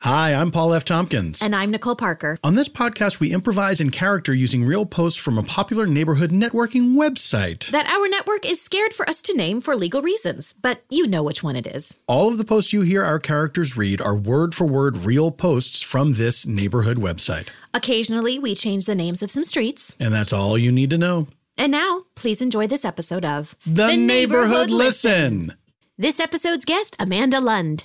Hi, I'm Paul F. Tompkins. And I'm Nicole Parker. On this podcast, we improvise in character using real posts from a popular neighborhood networking website. That our network is scared for us to name for legal reasons, but you know which one it is. All of the posts you hear our characters read are word for word real posts from this neighborhood website. Occasionally, we change the names of some streets. And that's all you need to know. And now, please enjoy this episode of The, Neighborhood, Listen. This episode's guest, Amanda Lund.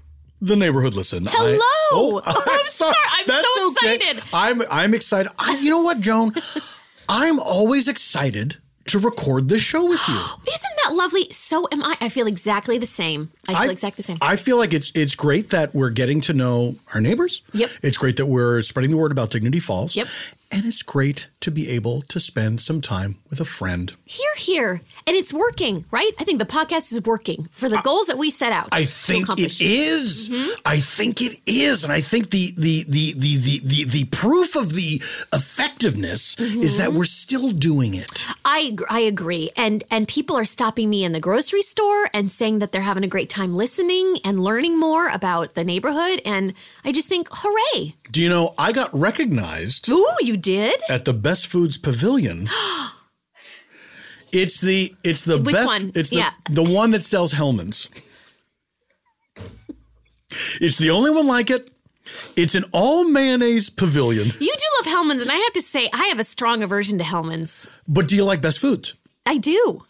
the neighborhood listen. I- Hello! oh, I'm sorry. I'm That's so okay. excited. I'm I'm excited. I, you know what, Joan? I'm always excited to record this show with you. Isn't that lovely? So am I. I feel exactly the same. I feel exactly the same. I feel like it's it's great that we're getting to know our neighbors. Yep. It's great that we're spreading the word about Dignity Falls. Yep. And it's great to be able to spend some time with a friend. here, here. And it's working, right? I think the podcast is working for the goals that we set out. I to think accomplish. it is. Mm-hmm. I think it is, and I think the the the the the the, the proof of the effectiveness is Mm-hmm. that we're still doing it. I ag- I agree, and and people are stopping me in the grocery store and saying that they're having a great time listening and learning more about the neighborhood, and I just think, hooray! Do you know I got recognized Ooh, you did. at the Best Foods Pavilion? It's the it's the Which best one? it's the Yeah. the one that sells Hellman's. It's the only one like it. It's an all mayonnaise pavilion. You do love Hellman's, and I have to say, I have a strong aversion to Hellman's. But do you like Best Foods? I do.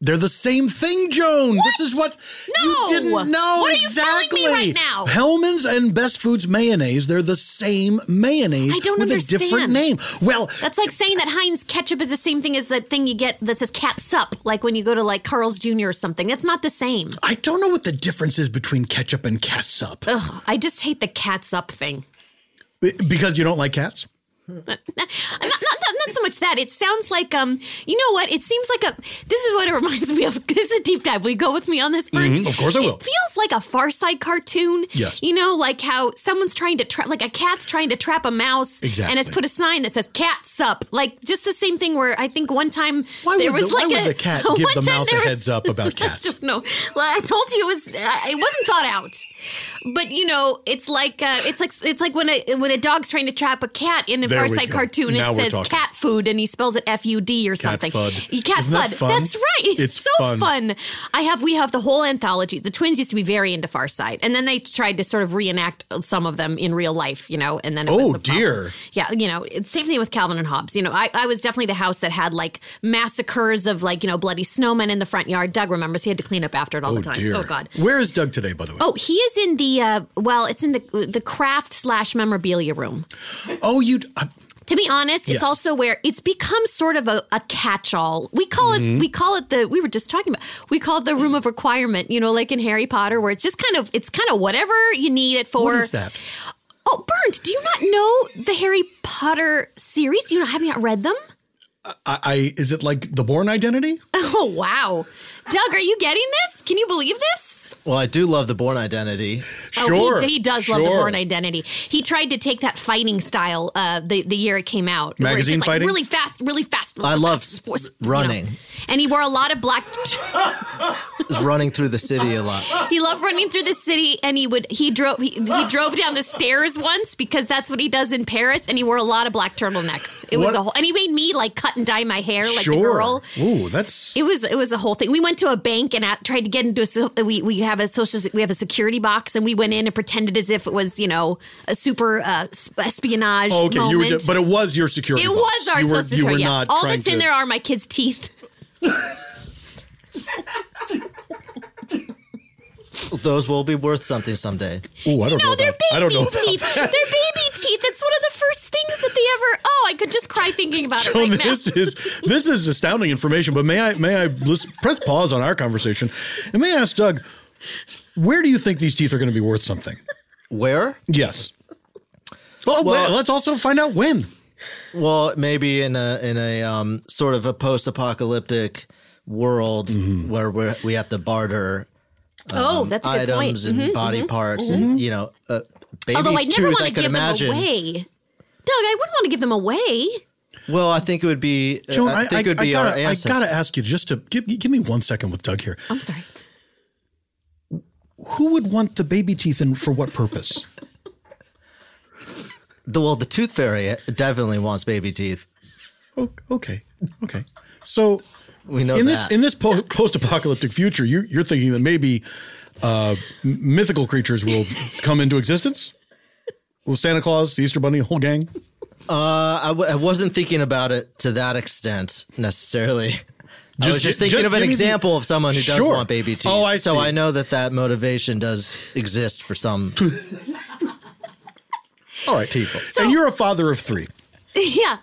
They're the same thing, Joan. This is what you No! didn't know What are you telling me exactly. right now? Hellman's and Best Foods mayonnaise, they're the same mayonnaise I don't with understand. a different name. Well, That's like saying that Heinz ketchup is the same thing as that thing you get that says catsup, like when you go to like Carl's Jr. or something. That's not the same. I don't know what the difference is between ketchup and catsup. Ugh, I just hate the catsup thing. Because you don't like cats? Not, not, not, not so much that. It sounds like um, you know what? It seems like a. This is what it reminds me of. This is a deep dive. Will you go with me on this, Brent? Mm-hmm. of course I will. It feels like a Far Side cartoon. Yes. You know, like how someone's trying to trap, like a cat's trying to trap a mouse, and has Exactly. put a sign that says "Cat's up." Like just the same thing where I think one time Why there would was the, like why a would the cat one give the time mouse a there was- heads up about cats? no, well, I told you it was. Uh, it wasn't thought out, but you know, it's like uh, it's like it's like when a when a dog's trying to trap a cat in a There Far we Side go. cartoon. Now It we're says talking. cat food, and he spells it F U D or something. fud. Y- Cat Isn't that fud. fun? That's right. It's, It's so fun. fun. I have we have the whole anthology. The twins used to be very into Far Side, and then they tried to sort of reenact some of them in real life. You know, and then it Oh, was a problem. dear. Yeah, you know, it's same thing with Calvin and Hobbes. You know, I, I was definitely the house that had like massacres of like, you know, bloody snowmen in the front yard. Doug remembers he had to clean up after it all Oh, the time. dear. Oh god. Where is Doug today, by the way? Oh, he is in the uh, well, it's in the the craft slash memorabilia room. Oh, you. Uh, To be honest, Yes. it's also where it's become sort of a, a catch-all. We call Mm-hmm. it we call it the we were just talking about we call it the room of requirement. You know, like in Harry Potter, where it's just kind of it's kind of whatever you need it for. what is that? Oh, Bernd, do you not know the Harry Potter series? Do you not have you not read them? I, I is it like the Born Identity? Oh wow, Doug, are you getting this? Can you believe this? Well, I do love the Born Identity. Oh, Sure. he, he does love the sure. Born Identity. He tried to take that fighting style uh, the the year it came out. where it's Magazine just, like, fighting? really fast, really fast. I love sports, you know. running. and he wore a lot of black. Is running through the city a lot. he loved running through the city, and he would he drove he, he drove down the stairs once because that's what he does in Paris, and he wore a lot of black turtlenecks. It was What- a whole, and he made me like cut and dye my hair like sure. the girl. Ooh, that's It was it was a whole thing. We went to a bank and at, tried to get into a so- we we have a social we have a security box and we went in and pretended as if it was you know a super uh, s- espionage. Oh, okay. You were, moment. just, but it was your security. it box. was our you were, social You were security. yeah. not All trying that's to, in there are my kids' teeth. Those will be worth something someday. Ooh, I don't know. No, they're about, baby I don't know. about teeth. They're baby teeth. That's one of the first things that they ever. Oh, I could just cry thinking about it Joan, right now. this is this is astounding information. But may I may I listen, press pause on our conversation and may I ask Doug, where do you think these teeth are going to be worth something? Where? Yes. Well, Well- let's also find out when. Well, maybe in a in a um, sort of a post-apocalyptic world Mm-hmm. where we we have to barter oh, that's a good items point. Mm-hmm. and body parts Mm-hmm. and you know uh, baby's Although I never tooth. want I to could give imagine. them away. Doug, I wouldn't want to give them away. Well, I think it would be. uh, Joan, I I, think it would I be gotta, our I ancestors. gotta ask you just to give, give me one second with Doug here. I'm sorry. Who would want the baby teeth and for what purpose? The, well, the tooth fairy definitely wants baby teeth. O- okay, okay. So We know in this that. in this po- post-apocalyptic future, you're, you're thinking that maybe uh, m- mythical creatures will come into existence. Will Santa Claus, the Easter Bunny, whole gang? uh, I, w- I wasn't thinking about it to that extent necessarily. I was just gi- thinking of an give me the- example of someone who does Sure. want baby teeth. Oh, I so see. I know that that motivation does exist for some All right, people. and you're a father of three. Yeah. Yeah.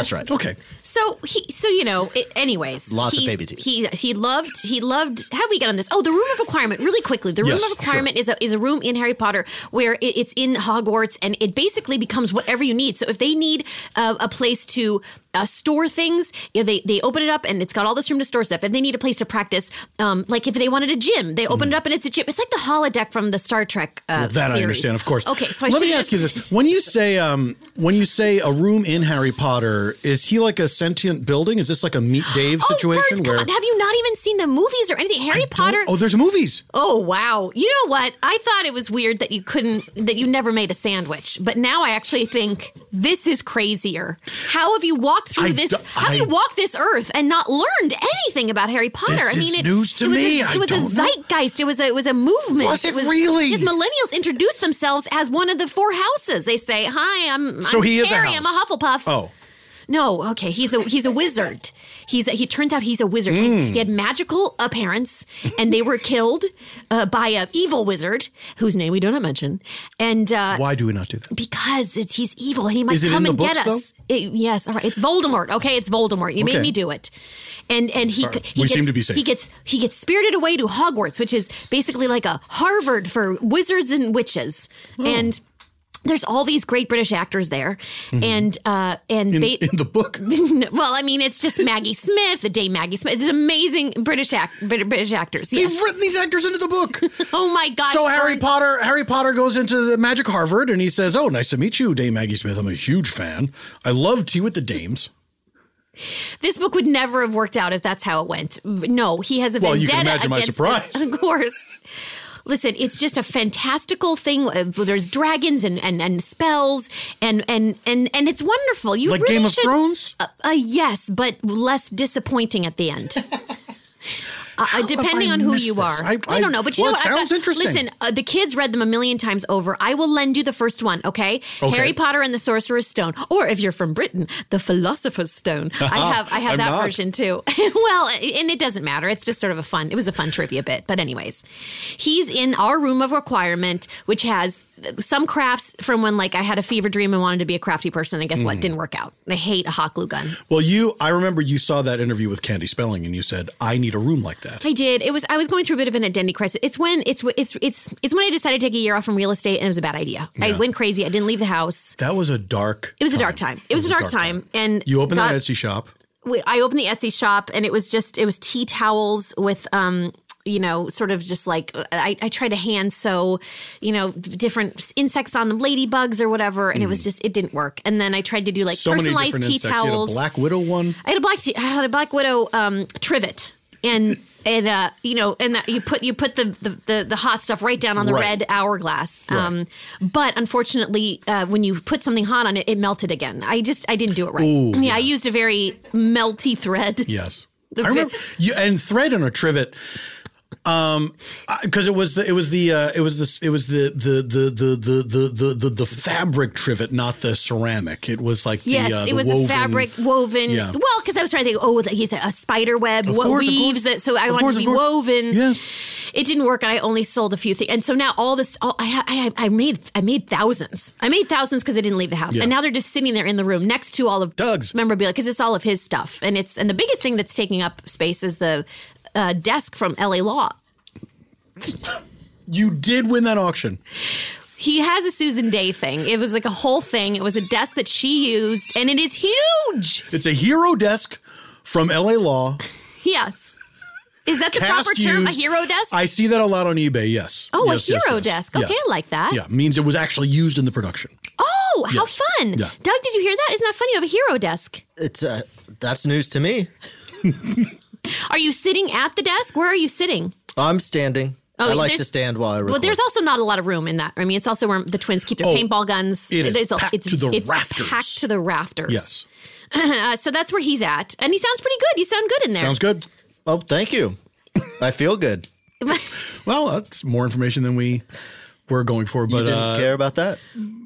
That's right. Okay. So he, so you know, it, anyways, Lots of he, baby teeth. He he loved he loved. How do we get on this? Oh, the room of requirement. Really quickly, the room Yes, of requirement is a is a room in Harry Potter where it, it's in Hogwarts and it basically becomes whatever you need. So if they need uh, a place to uh, store things, you know, they they open it up and it's got all this room to store stuff. If they need a place to practice, um, like if they wanted a gym, they open it up and it's a gym. It's like the holodeck from the Star Trek. Uh, Mm. That I series. understand, of course. Okay, so I let me should've- ask you this: when you say um, when you say a room in Harry Potter, is he like a sentient building? Is this like a Meet Dave Oh, situation Bert, where? God, have you not even seen the movies or anything? Harry Don't- Potter. Oh, there's movies. Oh wow! You know what? I thought it was weird that you couldn't, that you never made a sandwich, but now I actually think this is crazier. How have you walked through I this? do- how have you I- walked this earth and not learned anything about Harry Potter? This I is mean, it, news to it was me. A, I it was a don't know. zeitgeist. It was a, it was a movement. Was it was, really? Because millennials introduced themselves as one of the four houses. They say, "Hi, I'm So I'm he is a Harry. I'm house. a Hufflepuff." Oh, No, okay. He's a he's a wizard. He's a, he turns out he's a wizard. He's- Hmm. he had magical appearance, and they were killed uh, by a evil wizard whose name we do not mention. And uh, why do we not do that? because it's, he's evil, and he might Is it come in the and get books, us. It- yes, all right. It's Voldemort. Okay, it's Voldemort. You Okay. made me do it. And and he, he We gets, seem to be safe. He gets he gets spirited away to Hogwarts, which is basically like a Harvard for wizards and witches. Oh. And there's all these great British actors there, and uh, and Mm-hmm. In, they in the book, well, I mean, it's just Maggie Smith, the day Maggie Smith. It's amazing British act, Brit- British actors. they've Yes. written these actors into the book. Oh my God! so Harry Fern- Potter, Harry Potter goes into the Magic Harvard, and he says, "Oh, nice to meet you, Dame Maggie Smith. I'm a huge fan. I love tea with the dames." This book would never have worked out if that's how it went. No, he has a Well, you vendetta can imagine my against surprise. this, of course. Listen, it's just a fantastical thing. Uh, There's dragons and, and, and spells and and and and it's wonderful. You Like really Game of should- Thrones? Uh, uh, yes, but less disappointing at the end. Uh, uh, depending I on who missed you this? are, I- I, I- don't know, but you well, know it what? I've sounds interesting. Listen, uh, the kids read them a million times over. I will lend you the first one, okay? Okay. Harry Potter and the Sorcerer's Stone, or if you're from Britain, the Philosopher's Stone. I have I have I'm that not. version too. well, and it doesn't matter. It's just sort of a fun. It was a fun trivia bit, but anyways, he's in our room of requirement, which has some crafts from when like I had a fever dream and wanted to be a crafty person, and guess what? Didn't work out. I hate a hot glue gun. Well, you, I remember you saw that interview with Candy Spelling, and you said, "I need a room like that." I did. It was. I was going through a bit of an identity crisis. It's when it's it's it's it's when I decided to take a year off from real estate, and it was a bad idea. I went crazy. I didn't leave the house. That was a dark. It was a dark time. It was a dark, time. and You opened God- that Etsy shop. we- I opened the Etsy shop, and it was just it was tea towels with um you know, sort of just like I, I tried to hand sew, you know, different insects on them, ladybugs or whatever, and it was just it didn't work. And then I tried to do like Mm. so many personalized different tea insects. You had a towels. black widow one. I had a black t- I had a black widow um, trivet and and uh, you know and that you put you put the, the the the hot stuff right down on the Right. red hourglass. Um, but unfortunately, uh, when you put something hot on it, it melted again. I just I didn't do it right. Ooh, yeah, I used a very melty thread. Yes, The I remember. tri- You, and thread on a trivet. Um, because it was the it was the uh, it was the it was the the the the the the the, the, the fabric trivet, not the ceramic. It was like Yes, the, uh, the it was woven, a fabric woven. Yeah. Well, because I was trying to think, oh, that he's a, a spider web, Of what course, of weaves course. it. So I Of wanted course, to of be course. woven. Yes. It didn't work, and I only sold a few things. And so now all this, all, I, I, I made, I made thousands. I made thousands because I didn't leave the house, Yeah. and now they're just sitting there in the room next to all of Doug's. memorabilia because it's all of his stuff, and it's and the biggest thing that's taking up space is the uh, desk from L.A. Law. You did win that auction. He has a Susan Day thing. It was like a whole thing. It was a desk that she used, and it is huge. It's a hero desk from LA Law. Yes. Is that the Cast proper term? used- a hero desk? I see that a lot on eBay. Yes. oh, Yes, a yes, hero yes. desk. Yes. Okay, I like that. Yeah, means it was actually used in the production. Oh, how Yes. fun. Yeah. Doug, did you hear that? Isn't that funny? You have a hero desk. It's uh, that's news to me. Are you sitting at the desk? Where are you sitting? I'm standing. Oh, I like there's- to stand while I record. Well, there's also not a lot of room in that. I mean, it's also where the twins keep their Oh, paintball guns. it is It's a- packed to the it's rafters. packed to the rafters. Yes. Uh, so that's where he's at. And he sounds pretty good. You sound good in there. Sounds good. oh, thank you. I feel good. Well, that's more information than we were going for, You but didn't uh, care about that.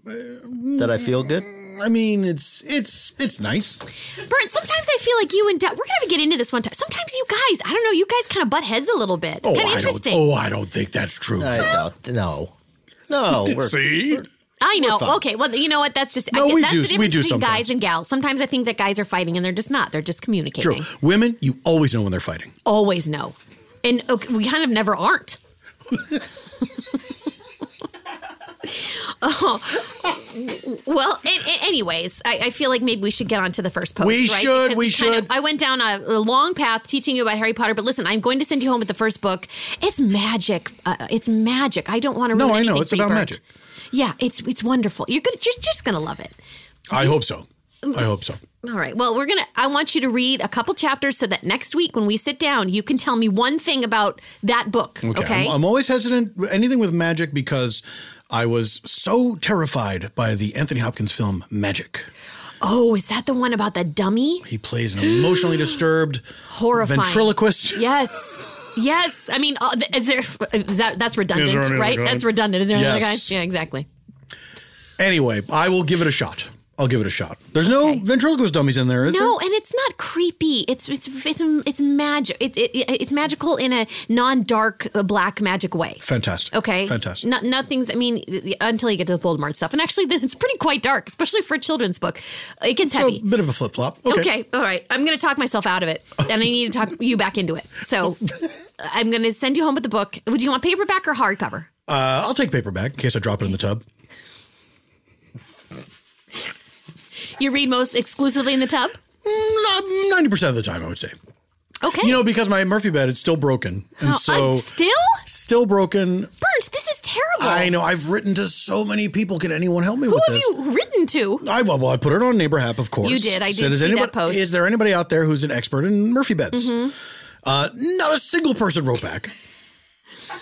That I feel good. I mean, it's it's it's nice. Brent, sometimes I feel like you and Doug, we're going to get into this one time. Sometimes you guys, I don't know, you guys kind of butt heads a little bit. It's kind of I don't. interesting. Oh, I don't think that's true. I Mm. don't. No. No. We're, See, I know. fine. Okay. Well, you know what? That's just No, I, we that's do- the we difference do between sometimes. guys and gals. Sometimes I think that guys are fighting and they're just not. They're just true. communicating. Women, you always know when they're fighting. Always know, and okay, we kind of never aren't. oh well. a- a- anyways, I, I feel like maybe we should get on to the first post. We right? should, Because we it's kind of- should. I went down a, a long path teaching you about Harry Potter, but listen, I'm going to send you home with the first book. It's magic. Uh, it's magic. I don't want to. No, ruin I know. anything It's for you, about Bert. magic. Yeah, it's it's wonderful. You're good. You're just gonna love it. I hope so. I hope so. All right. Well, we're gonna. I want you to read a couple chapters so that next week when we sit down, you can tell me one thing about that book. Okay. Okay. I'm, I'm always hesitant with anything with magic because I was so terrified by the Anthony Hopkins film Magic. oh, is that the one about the dummy? He plays an emotionally disturbed Horrifying. ventriloquist. Yes. Yes. I mean, uh, th- is there? Is that that's redundant, Is there any other right? guy? That's redundant. Is there another Yes. guy? Yeah, exactly. Anyway, I will give it a shot. I'll give it a shot. There's no ventriloquist dummies in there, is No, and it's not creepy. It's it's it's it's magic. It, it, it's magical in a non-dark uh, black magic way. there? Fantastic. Okay. Fantastic. No, nothing's. I mean, until you get to the Voldemort stuff, and actually, then it's pretty quite dark, especially for a children's book. It gets so, heavy. bit of a flip flop. Okay. Okay. all right. I'm going to talk myself out of it, and I need to talk you back into it. So, I'm going to send you home with the book. Would you want paperback or hardcover? Uh, I'll take paperback in case I drop it in the tub. You read most exclusively in the tub. Mm, Ninety percent of the time, I would say. Okay. You know, because my Murphy bed it's still broken, and Oh, so I'm still still broken. burnt. This is terrible. I know. I've written to so many people. Can anyone help me Who with have this? you written to? I well, I put it on Neighbor Hap, of course. You did. I did is see that anybody, post. Mm-hmm. Is there anybody out there who's an expert in Murphy beds? Uh, not a single person wrote back.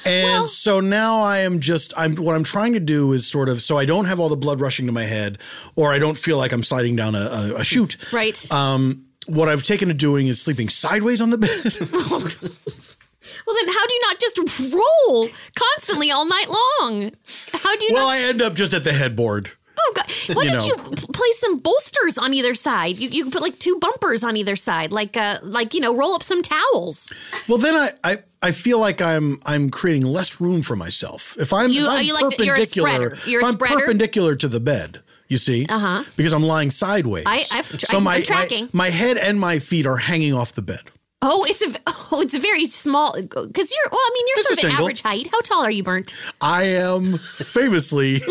And so now I am just I'm what I'm trying to do is sort of so I don't have all the blood rushing to my head or I don't feel like I'm sliding down a, a, a chute. Right. Um, what I've taken to doing is sleeping sideways on the bed. well, then how do you not just roll constantly all night long? How do you well, not? I end up just at the headboard. Oh god! Why You don't know. you p- place some bolsters on either side? You you can put like two bumpers on either side, like uh like you know roll up some towels. Well, then I, I I feel like I'm I'm creating less room for myself. If I'm You- if are I'm you like the- you're a perpendicular, spreader. You're if a I'm spreader? perpendicular to the bed, you see, uh-huh. because I'm lying sideways. I- I've tr- I'm- I'm tracking. My, my head and my feet are hanging off the bed. Oh, it's a v- oh, it's very small because you're well. I mean, you're It's sort a of an single. average height. How tall are you, Burnt? I am famously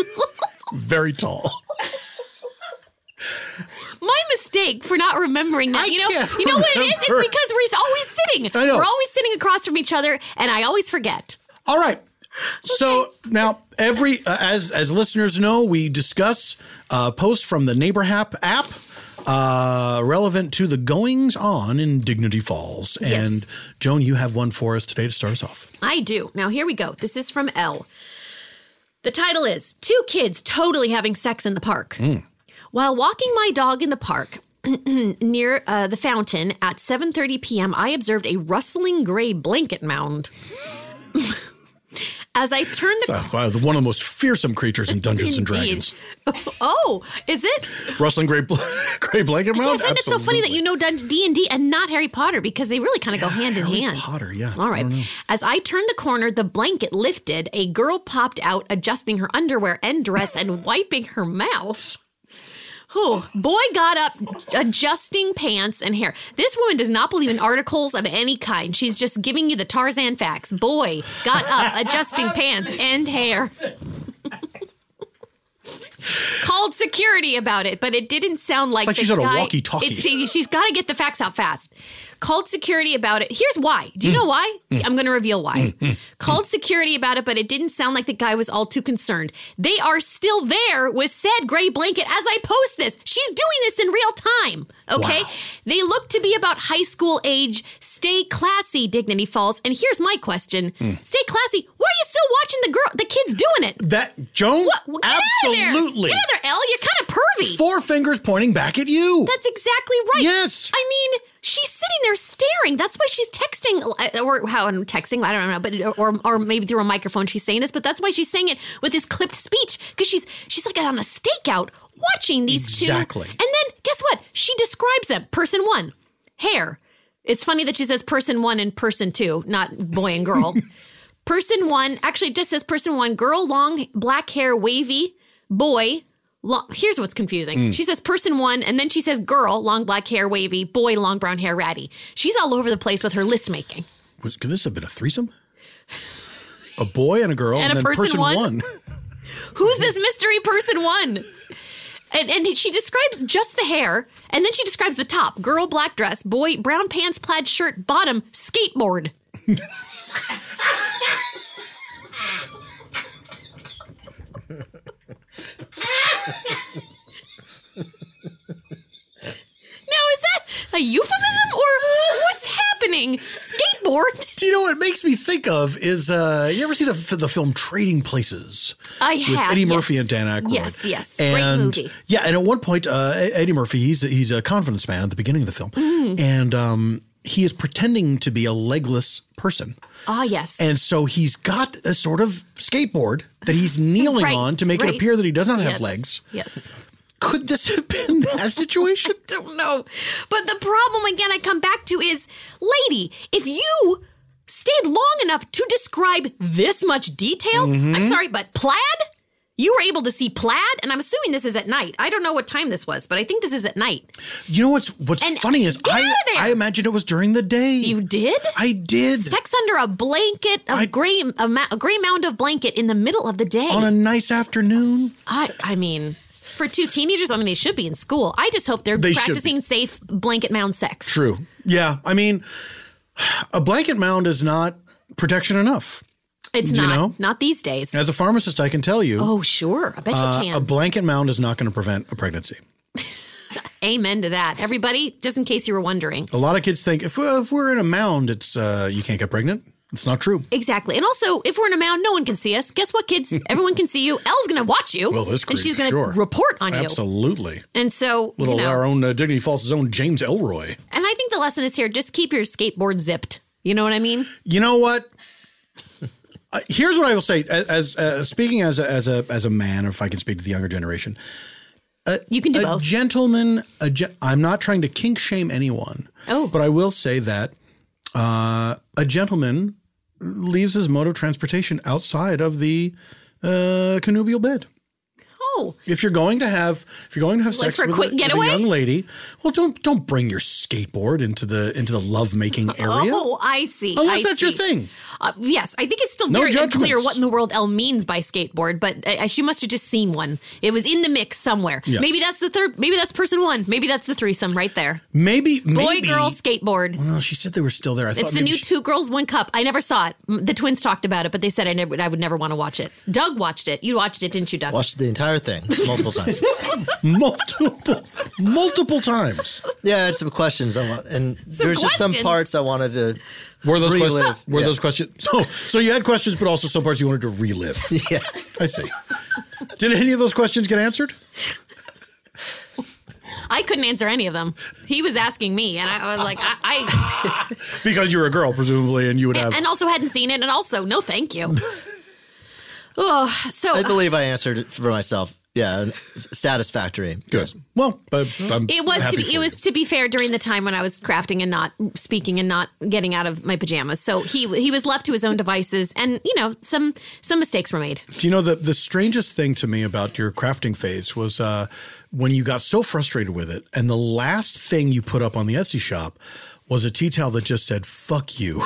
very tall. My mistake for not remembering I that. you know, can't you know what it is? It's remember. because we're always sitting. I know. We're always sitting across from each other, and I always forget. All right. So now, every uh, as as listeners know, we discuss uh, posts from the NeighborHap app uh, relevant to the goings on in Dignity Falls. And Joan, you have one for us today to start us off. I do. Now, here we go. This is from L. The title is Two Kids Totally Having Sex in the Park. Hmm. While walking my dog in the park, near uh, the fountain at 7:30 p.m., I observed a rustling gray blanket mound. As I turned the So, wow, uh, the- one of the most fearsome creatures in Dungeons and Dragons. Indeed. Oh, is it? Rustling gray, bl- gray blanket So I round. find it so funny that you know D and D and not Harry Potter because they really kind of go hand in hand. Potter, yeah. All right. As I turned the corner, the blanket lifted. A girl popped out, adjusting her underwear and dress and wiping her mouth. Oh, boy got up, adjusting pants and hair. This woman does not believe in articles of any kind. She's just giving you the Tarzan facts. Boy got up, adjusting pants and hair. Called security about it, but it didn't sound like, like the she's on a guy- walkie-talkie. It's- see, she's got to get the facts out fast. Called security about it. Here's why. Do you know why? I'm going to reveal why. Called security about it, but it didn't sound like the guy was all too concerned. They are still there with said gray blanket as I post this. She's doing this in real time. Okay. Wow. They look to be about high school age. Stay classy, Dignity Falls. And here's my question: Stay classy. Why are you still watching the girl, the kids doing it? That Joan, What? Well, get absolutely. Out of there. Get out of there, Elle. You're kind of pervy. Four fingers pointing back at you. That's exactly right. Yes. I mean, she's sitting there staring. That's why she's texting, uh, or how I'm texting. I don't know, but or or maybe through a microphone she's saying this. But that's why she's saying it with this clipped speech because she's she's like on a stakeout watching these Exactly. two. And then guess what? She describes them. Person one, hair. It's funny that she says person one and person two, not boy and girl. person one actually it just says person one, girl, long black hair, wavy, boy. Long, here's what's confusing. She says person one, and then she says girl, long black hair, wavy, boy, long brown hair, ratty. She's all over the place with her list making. Was, could this have been a threesome? A boy and a girl, and, And a then person, person one. one? Who's this mystery person one? And, and she describes just the hair, and then she describes the top girl, black dress, boy, brown pants, plaid shirt, bottom, skateboard. now, is that a euphemism or what's happening? Skateboard? Do you know what it makes me think of is uh, you ever see the the film Trading Places? I with have, Eddie Murphy yes. and Dan Aykroyd. Yes, yes. and, Great movie. Yeah, and at one point, uh, E- Eddie Murphy he's he's a confidence man at the beginning of the film, Mm. and um, he is pretending to be a legless person, Ah, yes. and so he's got a sort of skateboard that he's kneeling Right, on to make right. it appear that he does not have Yes, legs. Yes. Could this have been that situation? don't know. But the problem again I come back to is, lady, if you stayed long enough to describe this much detail, Mm-hmm. I'm sorry, but plaid? You were able to see plaid, and I'm assuming this is at night. I don't know what time this was, but I think this is at night. You know what's what's And funny is get I out of there. I imagine it was during the day. You did? I did Sex under a blanket, a I- gray, a, ma- a gray mound of blanket in the middle of the day. on a nice afternoon. I, I mean, for two teenagers, I mean they should be in school. I just hope they're They should be. practicing safe blanket mound sex. True. Yeah. I mean, a blanket mound is not protection enough. It's Do you not know? not these days. As a pharmacist, I can tell you Oh, sure. I bet you uh, can. a blanket mound is not going to prevent a pregnancy. Amen to that. Everybody, just in case you were wondering. A lot of kids think if, if we're in a mound, it's uh, you can't get pregnant. It's not true. Exactly. And also, if we're in a mound, no one can see us. Guess what, kids? Everyone can see you. Elle's going to watch you. Well, this And she's creep, going sure. to report on you. Absolutely. And so, Little you know, our own uh, Dignity Falls' own James Elroy. and I think the lesson is here just keep your skateboard zipped. You know what I mean? You know what? Uh, here's what I will say as, as uh, speaking as a, as a as a man, if I can speak to the younger generation. You can do a both. gentleman. A gen- I'm not trying to kink shame anyone. Oh. but I will say that uh, a gentleman leaves his mode of transportation outside of the uh, connubial bed. No. If you're going to have if you're going to have Like sex for a with, quick a, with a getaway? young lady, well, don't don't bring your skateboard into the into the lovemaking area. Oh, I see. Unless I that's your see. thing. Uh, yes, I think it's still No very unclear judgments. what in the world L means by skateboard, but I, I, she must have just seen one. It was in the mix somewhere. Yeah. Maybe that's the third. Maybe that's person one. Maybe that's the threesome right there. Maybe Boy, maybe girl, skateboard. Well, she said they were still there. I It's thought the maybe new she- two girls one cup. I never saw it. M- The twins talked about it, but they said I never. I would never want to watch it. Doug watched it. You watched it, didn't you, Doug? Watched the entire thing multiple times. multiple multiple times. yeah, I had some questions I want, and there's just some questions. parts I wanted to. Were those Relive, questions? Were yeah. those questions? So, so you had questions, but also some parts you wanted to relive. Yeah, I see. Did any of those questions get answered? I couldn't answer any of them. He was asking me, and I, I was like, I, I Because you were a girl, presumably, and you would have. and also hadn't seen it, and also no, thank you. oh, so I believe I answered it for myself. Yeah, and satisfactory. Good. Well, I, I'm It was happy to for be, it you. was to be fair during the time when I was crafting and not speaking and not getting out of my pajamas. So he he was left to his own devices, and you know some some mistakes were made. Do you know the the strangest thing to me about your crafting phase was uh, when you got so frustrated with it, and the last thing you put up on the Etsy shop was a tea towel that just said "fuck you,"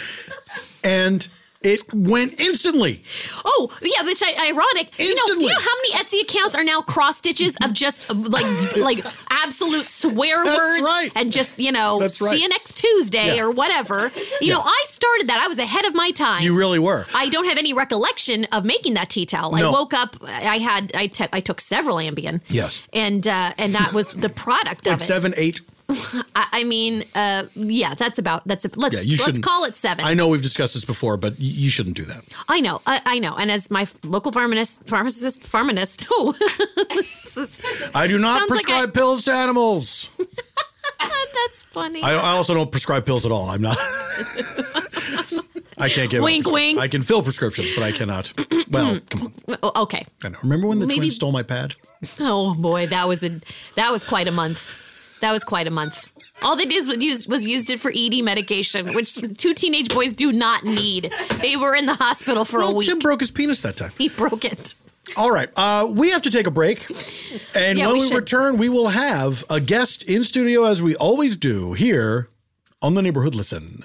and it went instantly. Oh yeah, which I, ironic. You know, Instantly. you know how many Etsy accounts are now cross stitches of just uh, like like absolute swear That's words right. and just you know That's right. see you next Tuesday Yeah. or whatever. You know, I started that. I was ahead of my time. You really were. I don't have any recollection of making that tea towel. No. I woke up. I had. I, te- I took several Ambien. Yes. and uh, and that was the product Like of it. seven, eight. I, I mean, uh, yeah, that's about. That's a, Yeah, let's you should let's call it seven. I know we've discussed this before, but y- you shouldn't do that. I know, I, I know. And as my local pharmacist, pharmacist, pharmacist, oh, I do not Sounds like prescribe I- pills to animals. that's funny. I, I also don't prescribe pills at all. I'm not. I can't give. out Wink, prescri- wink. I can fill prescriptions, but I cannot. Well, come on. Oh, okay. I know. Remember when the Maybe- twins stole my pad? Oh boy, that was a that was quite a month. That was quite a month. All they did was used was used it for ED medication, which two teenage boys do not need. They were in the hospital for a Well, week. Tim broke his penis that time. he broke it. All right, uh, we have to take a break, and Yeah, when we we, should. return, we will have a guest in studio as we always do here on the Neighborhood Listen.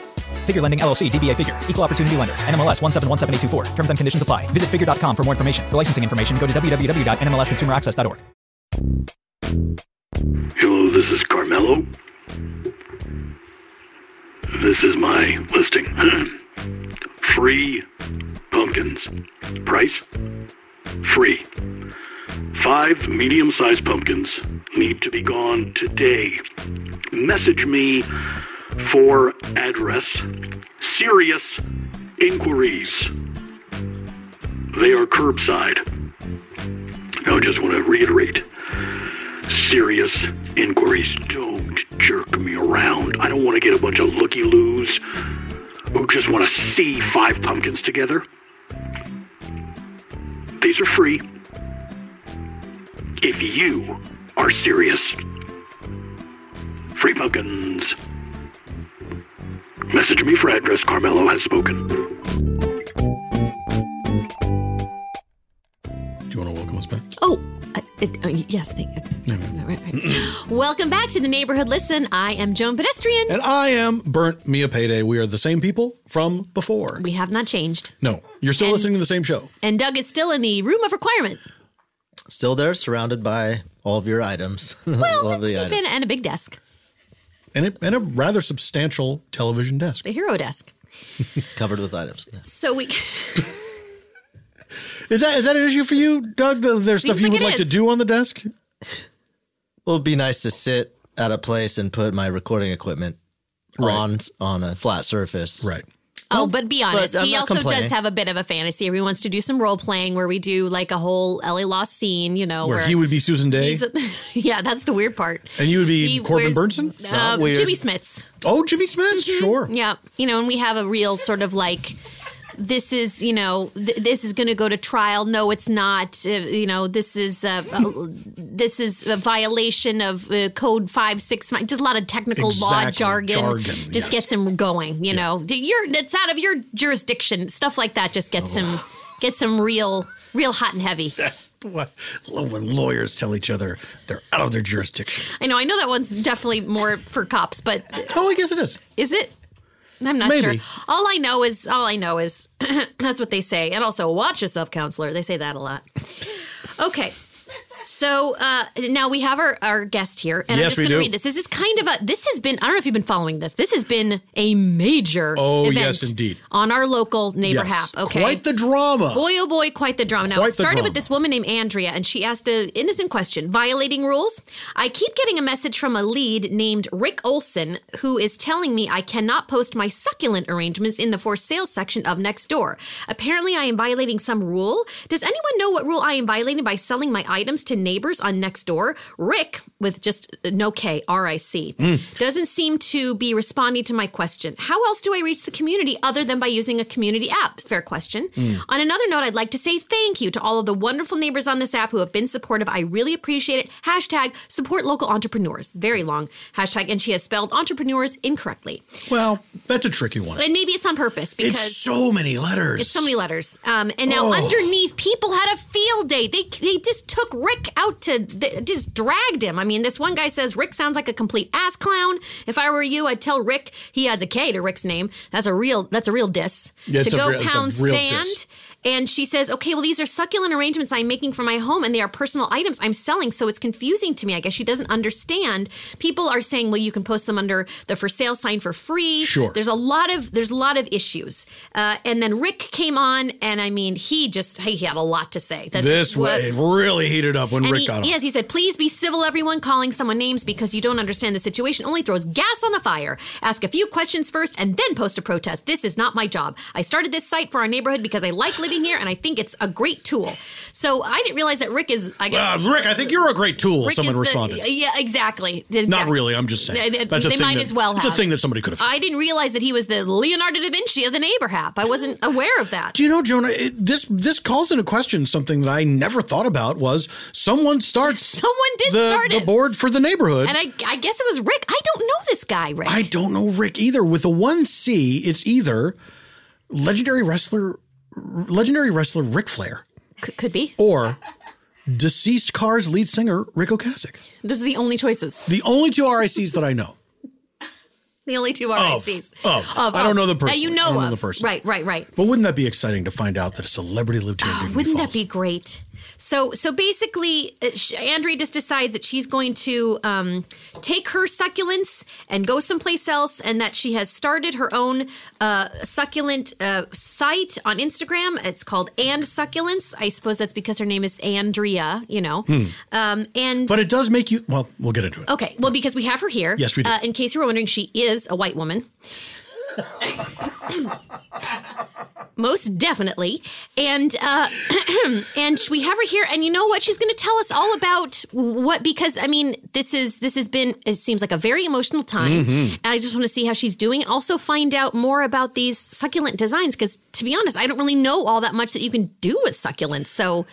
Figure Lending LLC, DBA Figure, Equal Opportunity Lender, NMLS 1717824. Terms and conditions apply. Visit figure.com for more information. For licensing information, go to www.nmlsconsumeraccess.org. Hello, this is Carmelo. This is my listing. Free pumpkins. Price? Free. Five medium sized pumpkins need to be gone today. Message me for address. Serious inquiries. They are curbside. I just want to reiterate serious inquiries. Don't jerk me around. I don't want to get a bunch of looky loos who just want to see five pumpkins together. These are free. If you are serious, free pumpkins. Message me for address. Carmelo has spoken. Do you want to welcome us back? Oh, I, it, uh, yes, thank you. Right, right. Welcome back to the neighborhood. Listen, I am Joan Pedestrian. And I am Burnt Mia Payday. We are the same people from before. We have not changed, No, you're still listening to the same show. and Doug is still in the room of requirement. still there, surrounded by all of your items. Well, all of the Even and a big desk, and a, and a rather substantial television desk. the hero desk. covered with items. So we Is that is that an issue for you, Doug? that There's stuff Seems you like would it like to is. do on the desk. Well, it'd be nice to sit at a place and put my recording equipment on on a flat surface. Right. Oh, but be honest, I'm he not also complaining. does have a bit of a fantasy. He wants to do some role playing where we do like a whole LA Lost scene, you know, Where, he would be Susan Day he's a- yeah, that's the weird part. and you would be He Corbin wears, Burnson. uh, weird. Jimmy Smits. Oh, Jimmy Smith. Sure. Mm-hmm. Yeah, you know, and we have a real sort of like. This is, you know, th- this is going to go to trial. No, it's not. Uh, you know, this is uh, uh, this is a violation of uh, code five six five. Just a lot of technical law Exactly. jargon. Jargon, yes. just gets him going. You know, D- you're it's out of your jurisdiction. Stuff like that just gets him gets him real real hot and heavy. What? Love when lawyers tell each other they're out of their jurisdiction. I know. I know that one's definitely more for cops, but Oh, I guess it is. Is it? I'm not Maybe. sure. All I know is all I know is that's what they say. And also watch yourself, counselor. They say that a lot. Okay. So uh, now we have our, our guest here, and I'm Yes, just we gonna do. read this. This is kind of a this has been I don't know if you've been following this. This has been a major Oh, event yes, indeed. on our local neighbor hap. Okay. Quite the drama. Boy, oh boy, quite the drama. Now, Quite it the started drama. with this woman named Andrea, and she asked an innocent question violating rules. I keep getting a message from a lead named Rick Olson, who is telling me I cannot post my succulent arrangements in the for sale section of next door. Apparently, I am violating some rule. Does anyone know what rule I am violating by selling my items to neighbors on next door? Rick, with just uh, no K, R I C, doesn't seem to be responding to my question. How else do I reach the community other than by using a community app? Fair question. On another note, I'd like to say thank you to all of the wonderful neighbors on this app who have been supportive. I really appreciate it. Hashtag support local entrepreneurs. Very long hashtag, and she has spelled entrepreneurs incorrectly. Well, that's a tricky one. And maybe it's on purpose because. It's so many letters. It's so many letters. Um, and now Oh. underneath, people had a field day. They they just took Rick out to they just dragged him. I mean, this one guy says Rick sounds like a complete ass clown. If I were you, I'd tell Rick he adds a K to Rick's name. That's a real that's a real diss. Yeah, it's to a go real- it's a pound real sand. diss. And she says, okay, well, these are succulent arrangements I'm making for my home, and they are personal items I'm selling, so it's confusing to me. I guess she doesn't understand. People are saying, well, you can post them under the for sale sign for free. Sure. There's a lot of there's a lot of issues. Uh, and then Rick came on, and I mean, he just he, he had a lot to say. That This what- way, it really heated up when and Rick he, got on. Yes, he said, please be civil, everyone. Calling someone names because you don't understand the situation only throws gas on the fire. Ask a few questions first and then post a protest. This is not my job. I started this site for our neighborhood because I like living here and I think it's a great tool. So I didn't realize that Rick is, I guess. Uh, Rick, I think you're a great tool. Rick someone is the- uh, responded. yeah, exactly. Not Exactly. really. I'm just saying. They- they- That's a they thing might that- as well It's a have. thing that somebody could have. I didn't realize that he was the Leonardo da Vinci of the neighbor hap. I wasn't aware of that. Do you know, Jonah? It, this this calls into question something that I never thought about. Was someone starts Someone did the, start the it. board for the neighborhood? and I, I guess it was Rick. I don't know this guy, Rick. I don't know Rick either. With the one C, it's either legendary wrestler, legendary wrestler Ric Flair, C- could be. or deceased Cars lead singer Rick Ocasek. Those are the only choices. The only two RICs that I know. The only two Of, RICs. of. I don't know the That you person. know I don't know of. the person. Right, right, right. But wouldn't that be exciting to find out that a celebrity lived here? in Dignity Ah, Wouldn't that Falls? be great? So, so basically, uh, sh- Andrea just decides that she's going to um, take her succulents and go someplace else, and that she has started her own uh, succulent uh, site on Instagram. It's called And Succulents. I suppose that's because her name is Andrea, you know. Hmm. Um, and But it does make you. Well, we'll get into it. Okay, well, because we have her here. Yes, we do. Uh, in case you were wondering, she is a white woman. Most definitely, and uh, and we have her here, and you know what? She's going to tell us all about what because I mean, this is this has been it seems like a very emotional time, Mm-hmm. and I just want to see how she's doing. Also, find out more about these succulent designs because, to be honest, I don't really know all that much that you can do with succulents. So,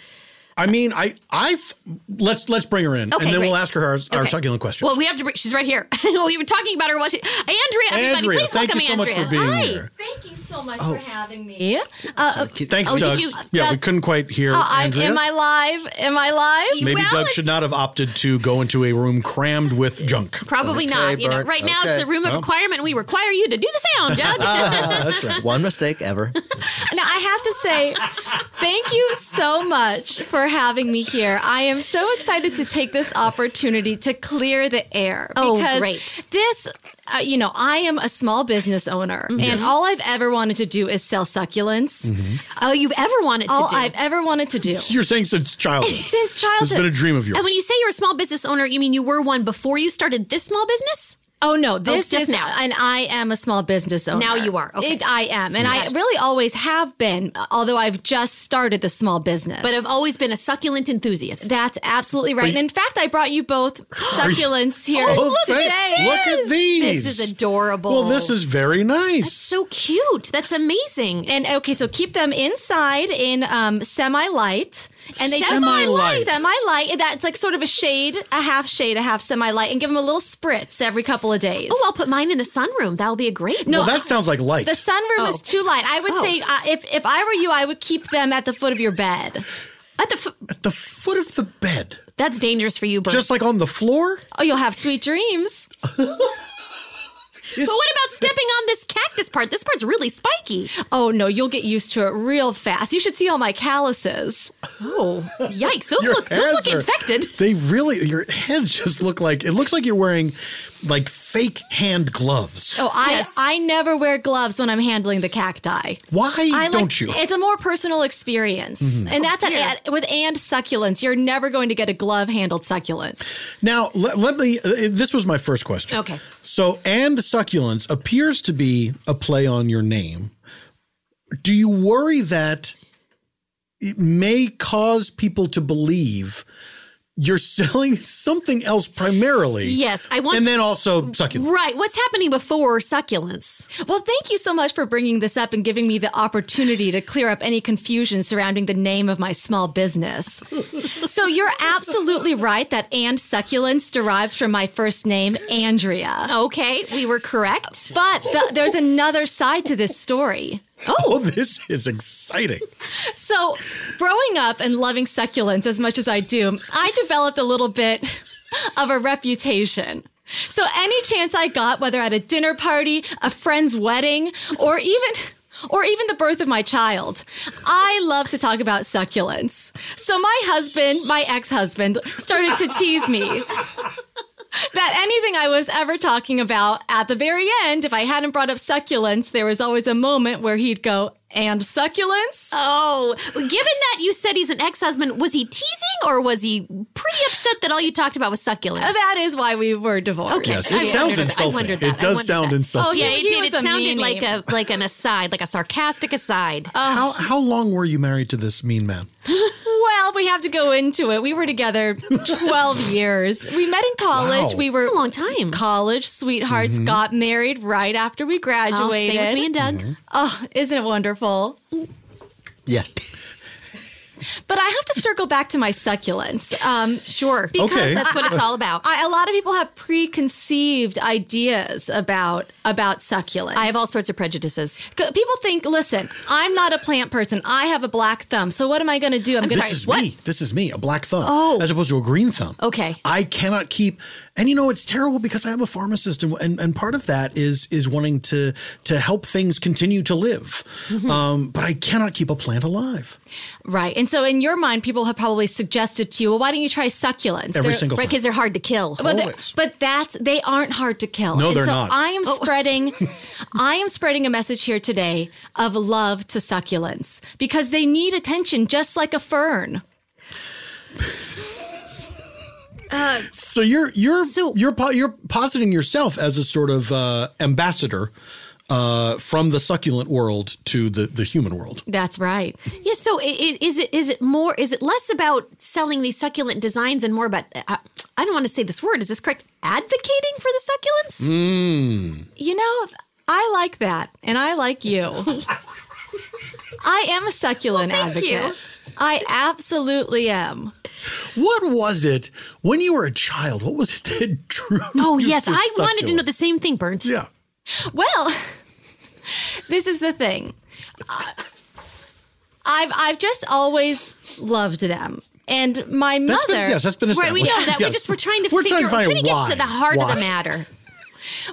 I mean, I I let's let's bring her in, Okay, and then great. we'll ask her our, our Okay. succulent questions. Well, we have to. Bring, she's right here. we were talking about her. Was she, Andrea? Everybody, Andrea, please thank you welcome so much Andrea. for being Hi. here. Thank you so much for having me. Yeah. Uh, Thanks, Oh, did Doug. you- yeah, Doug- Oh, we couldn't quite hear Uh, I'm, Andrea. am I live? Am I live? Maybe well, Doug should it's- not have opted to go into a room crammed with junk. probably not. You know, Bert. right now it's Okay. the room of requirement. We require you to do the sound, Doug. Ah, That's right. One mistake ever. Now I have to say, thank you so much for for having me here. I am so excited to take this opportunity to clear the air. Oh, because great. This, uh, you know, I am a small business owner, Mhm. and all I've ever wanted to do is sell succulents. Oh, you've ever wanted to all do. I've ever wanted to do. You're saying since childhood. Since childhood. It's been a dream of yours. And when you say you're a small business owner, you mean you were one before you started this small business? Oh no, this just is now. and I am a small business owner. Now you are. Okay. It- I am, and Got I it. really always have been. Although I've just started the small business, But I've always been a succulent enthusiast. That's absolutely right. Are you- and in fact, I brought you both succulents here Oh, thank- today. look at these. This is adorable. well, this is very nice. so cute. That's amazing. And okay, so keep them inside in um, semi-light, and they Semi-light. semi-light. and That's like sort of a shade, a half shade, a half semi-light, and give them a little spritz every couple of days. Oh, I'll put mine in the sunroom. That'll be a great. No, well, that sounds like light. The sunroom is too light. I would Oh. say uh, if if I were you, I would keep them at the foot of your bed. At the f- At the foot of the bed, that's dangerous for you, Bert. just like on the floor. Oh, you'll have sweet dreams. but what about stepping on this cactus part? This part's really spiky. Oh no, you'll get used to it real fast. You should see all my calluses. Oh, yikes! Those Your look those look hands are- infected. They really, your hands just look like it looks like you're wearing like fake hand gloves. Oh, I Yes. I never wear gloves when I'm handling the cacti. Why I don't like, you? It's a more personal experience, and that's a, dear. with and succulents. You're never going to get a glove handled succulent. Now, let, let me. uh, This was my first question. Okay. So, and succulents appears to be a play on your name. Do you worry that it may cause people to believe you're selling something else primarily? Yes, I want And to- then also succulents. Right. What's happening before succulents? Well, thank you so much for bringing this up and giving me the opportunity to clear up any confusion surrounding the name of my small business. so you're absolutely right that and succulents derives from my first name, Andrea. Okay, we were correct. But the, there's another side to this story. Oh, this is exciting. So, growing up and loving succulents as much as I do, I developed a little bit of a reputation. So, any chance I got, whether at a dinner party, a friend's wedding, or even or even the birth of my child. I love to talk about succulents. So my husband, my ex-husband, started to tease me that anything I was ever talking about at the very end, if I hadn't brought up succulents, there was always a moment where he'd go, and succulents? Oh, given that you said he's an ex-husband, was he teasing or was he pretty upset that all you talked about was succulents? Uh, That is why we were divorced. Okay. Yes, I it sounds wondered- I insulting. wondered that. It I does wondered sound that. Oh, insulting. Yeah, He it did. was It a sounded meanie. like a like an aside, like a sarcastic aside. How how long were you married to this mean man? Well, we have to go into it. We were together 12 years. We met in college. Wow. Mm-hmm. We were That's a long time. college sweethearts, got married right after we Oh, graduated. same with me and Doug. oh, isn't it wonderful? Yes. But I have to circle back to my succulents. Um, Sure, because Okay. that's what it's all about. I, I, a lot of people have preconceived ideas about about succulents. have all sorts of prejudices. C- People think, listen, I'm not a plant person. I have a black thumb. So what am I going to do? I'm, going This to is me. This is me, a black thumb, as opposed to a green thumb. Oh. Okay. I cannot keep, and you know it's terrible because I am a pharmacist, and and, and part of that is is wanting to to help things continue to live, Mm-hmm. um, but I cannot keep a plant alive Right. And so in your mind, people have probably suggested to you, well, why don't you try succulents? every They're- single Right, time. because they're hard to kill. But, they- Always. but that's they aren't hard to kill. No, And they're so not. Oh. I am spreading, I am spreading a message here today of love to succulents because they need attention, just like a fern. So you're you're So- you're po- you're positing yourself as a sort of uh, ambassador uh, from the succulent world to the the human world. That's right. Yeah. So i- i- is it is it more is it less about selling these succulent designs and more about uh, I don't want to say this word. Is this correct? Advocating for the succulents? Hmm. You know, I like that, and I like you. I am a succulent Well, thank advocate. you. I absolutely am. What was it when you were a child? What was it that drew? Oh you yes, to I wanted to know succulents? the same thing, Burnt. Yeah. Well, this is the thing. I- I've I've just always loved them, and my That's mother. been, yes, that's been Right, established. we know that. Yes. We're just we're trying to We're figure trying to find we're trying to why. get to the heart of Why? the matter.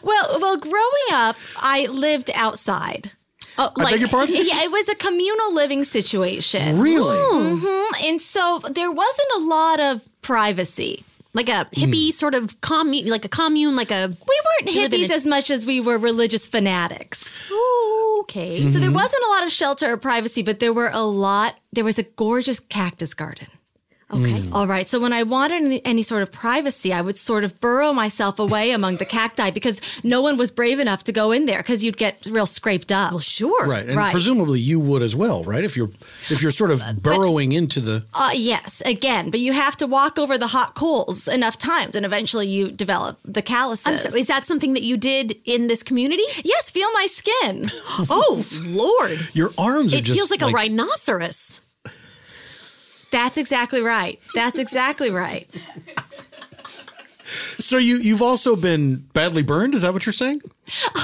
well, well, growing up, I lived outside. Oh, I beg your pardon? Yeah, it was a communal living situation. Really? hmm And so there wasn't a lot of privacy. Like a hippie sort of commune, like a commune, like a. Hmm. We weren't You live in hippies a- as much as we were religious fanatics. Mm-hmm. Okay. So there wasn't a lot of shelter or privacy, but there were a lot. There was a gorgeous cactus garden. Okay. All right. So when I wanted any, any sort of privacy, I would sort of burrow myself away among the cacti because no one was brave enough to go in there because you'd get real scraped up. Well, sure. Right, and presumably you would as well, right? If you're if you're sort of burrowing into the Uh, yes, again, but you have to walk over the hot coals enough times, and eventually you develop the calluses. I'm sorry, is that something that you did in this community? Yes, feel my skin. oh, Lord. your arms are It just feels like, a rhinoceros. That's exactly right. That's exactly right. So you you've also been badly burned. Is that what you're saying?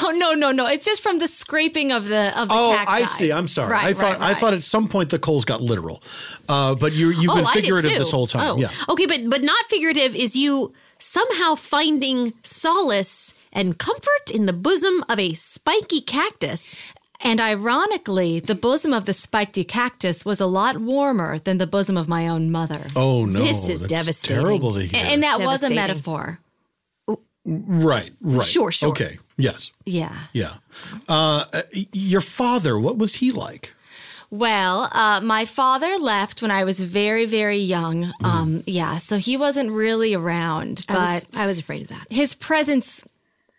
Oh no, no, no! It's just from the scraping of the of the Oh, cacti. I see. I'm sorry. Right, I thought right, I thought at some point the coals got literal, uh, but you Oh, you've been Oh, I did figurative too. this whole time. Oh. Yeah. Okay, but but not figurative is you somehow finding solace and comfort in the bosom of a spiky cactus. And ironically, the bosom of the spiky cactus was a lot warmer than the bosom of my own mother. Oh no, This is that's devastating. Terrible to hear. and, and that was a Devastating. metaphor. right. Right. Sure, sure. Okay. Yes. Yeah. Yeah. Uh, uh, your father. What was he like? Well, uh, my father left when I was very, very young. Mm. Um, yeah, so he wasn't really around, but I was, I was afraid of that. his presence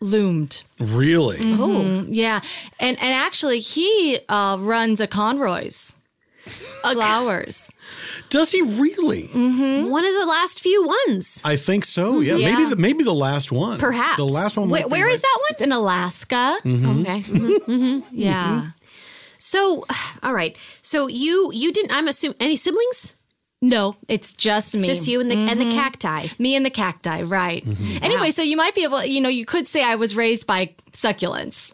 loomed. Really? Oh, yeah, and and actually, he uh, runs a Conroy's flowers. Does he really? Hmm? One of the last few ones. I think so. Yeah. Yeah. Maybe the maybe the last one. Perhaps. the last one. Where- might be where right. Mm-hmm. is that one? It's in Alaska. Mm-hmm. Okay. Mhm. Yeah. so, all right. So you you didn't I'm assuming any siblings? No, it's just me. It's just you and the and the cacti. Me and the cacti, right. Mm-hmm. Anyway, so you might be able, you know, you could say I was raised by succulents.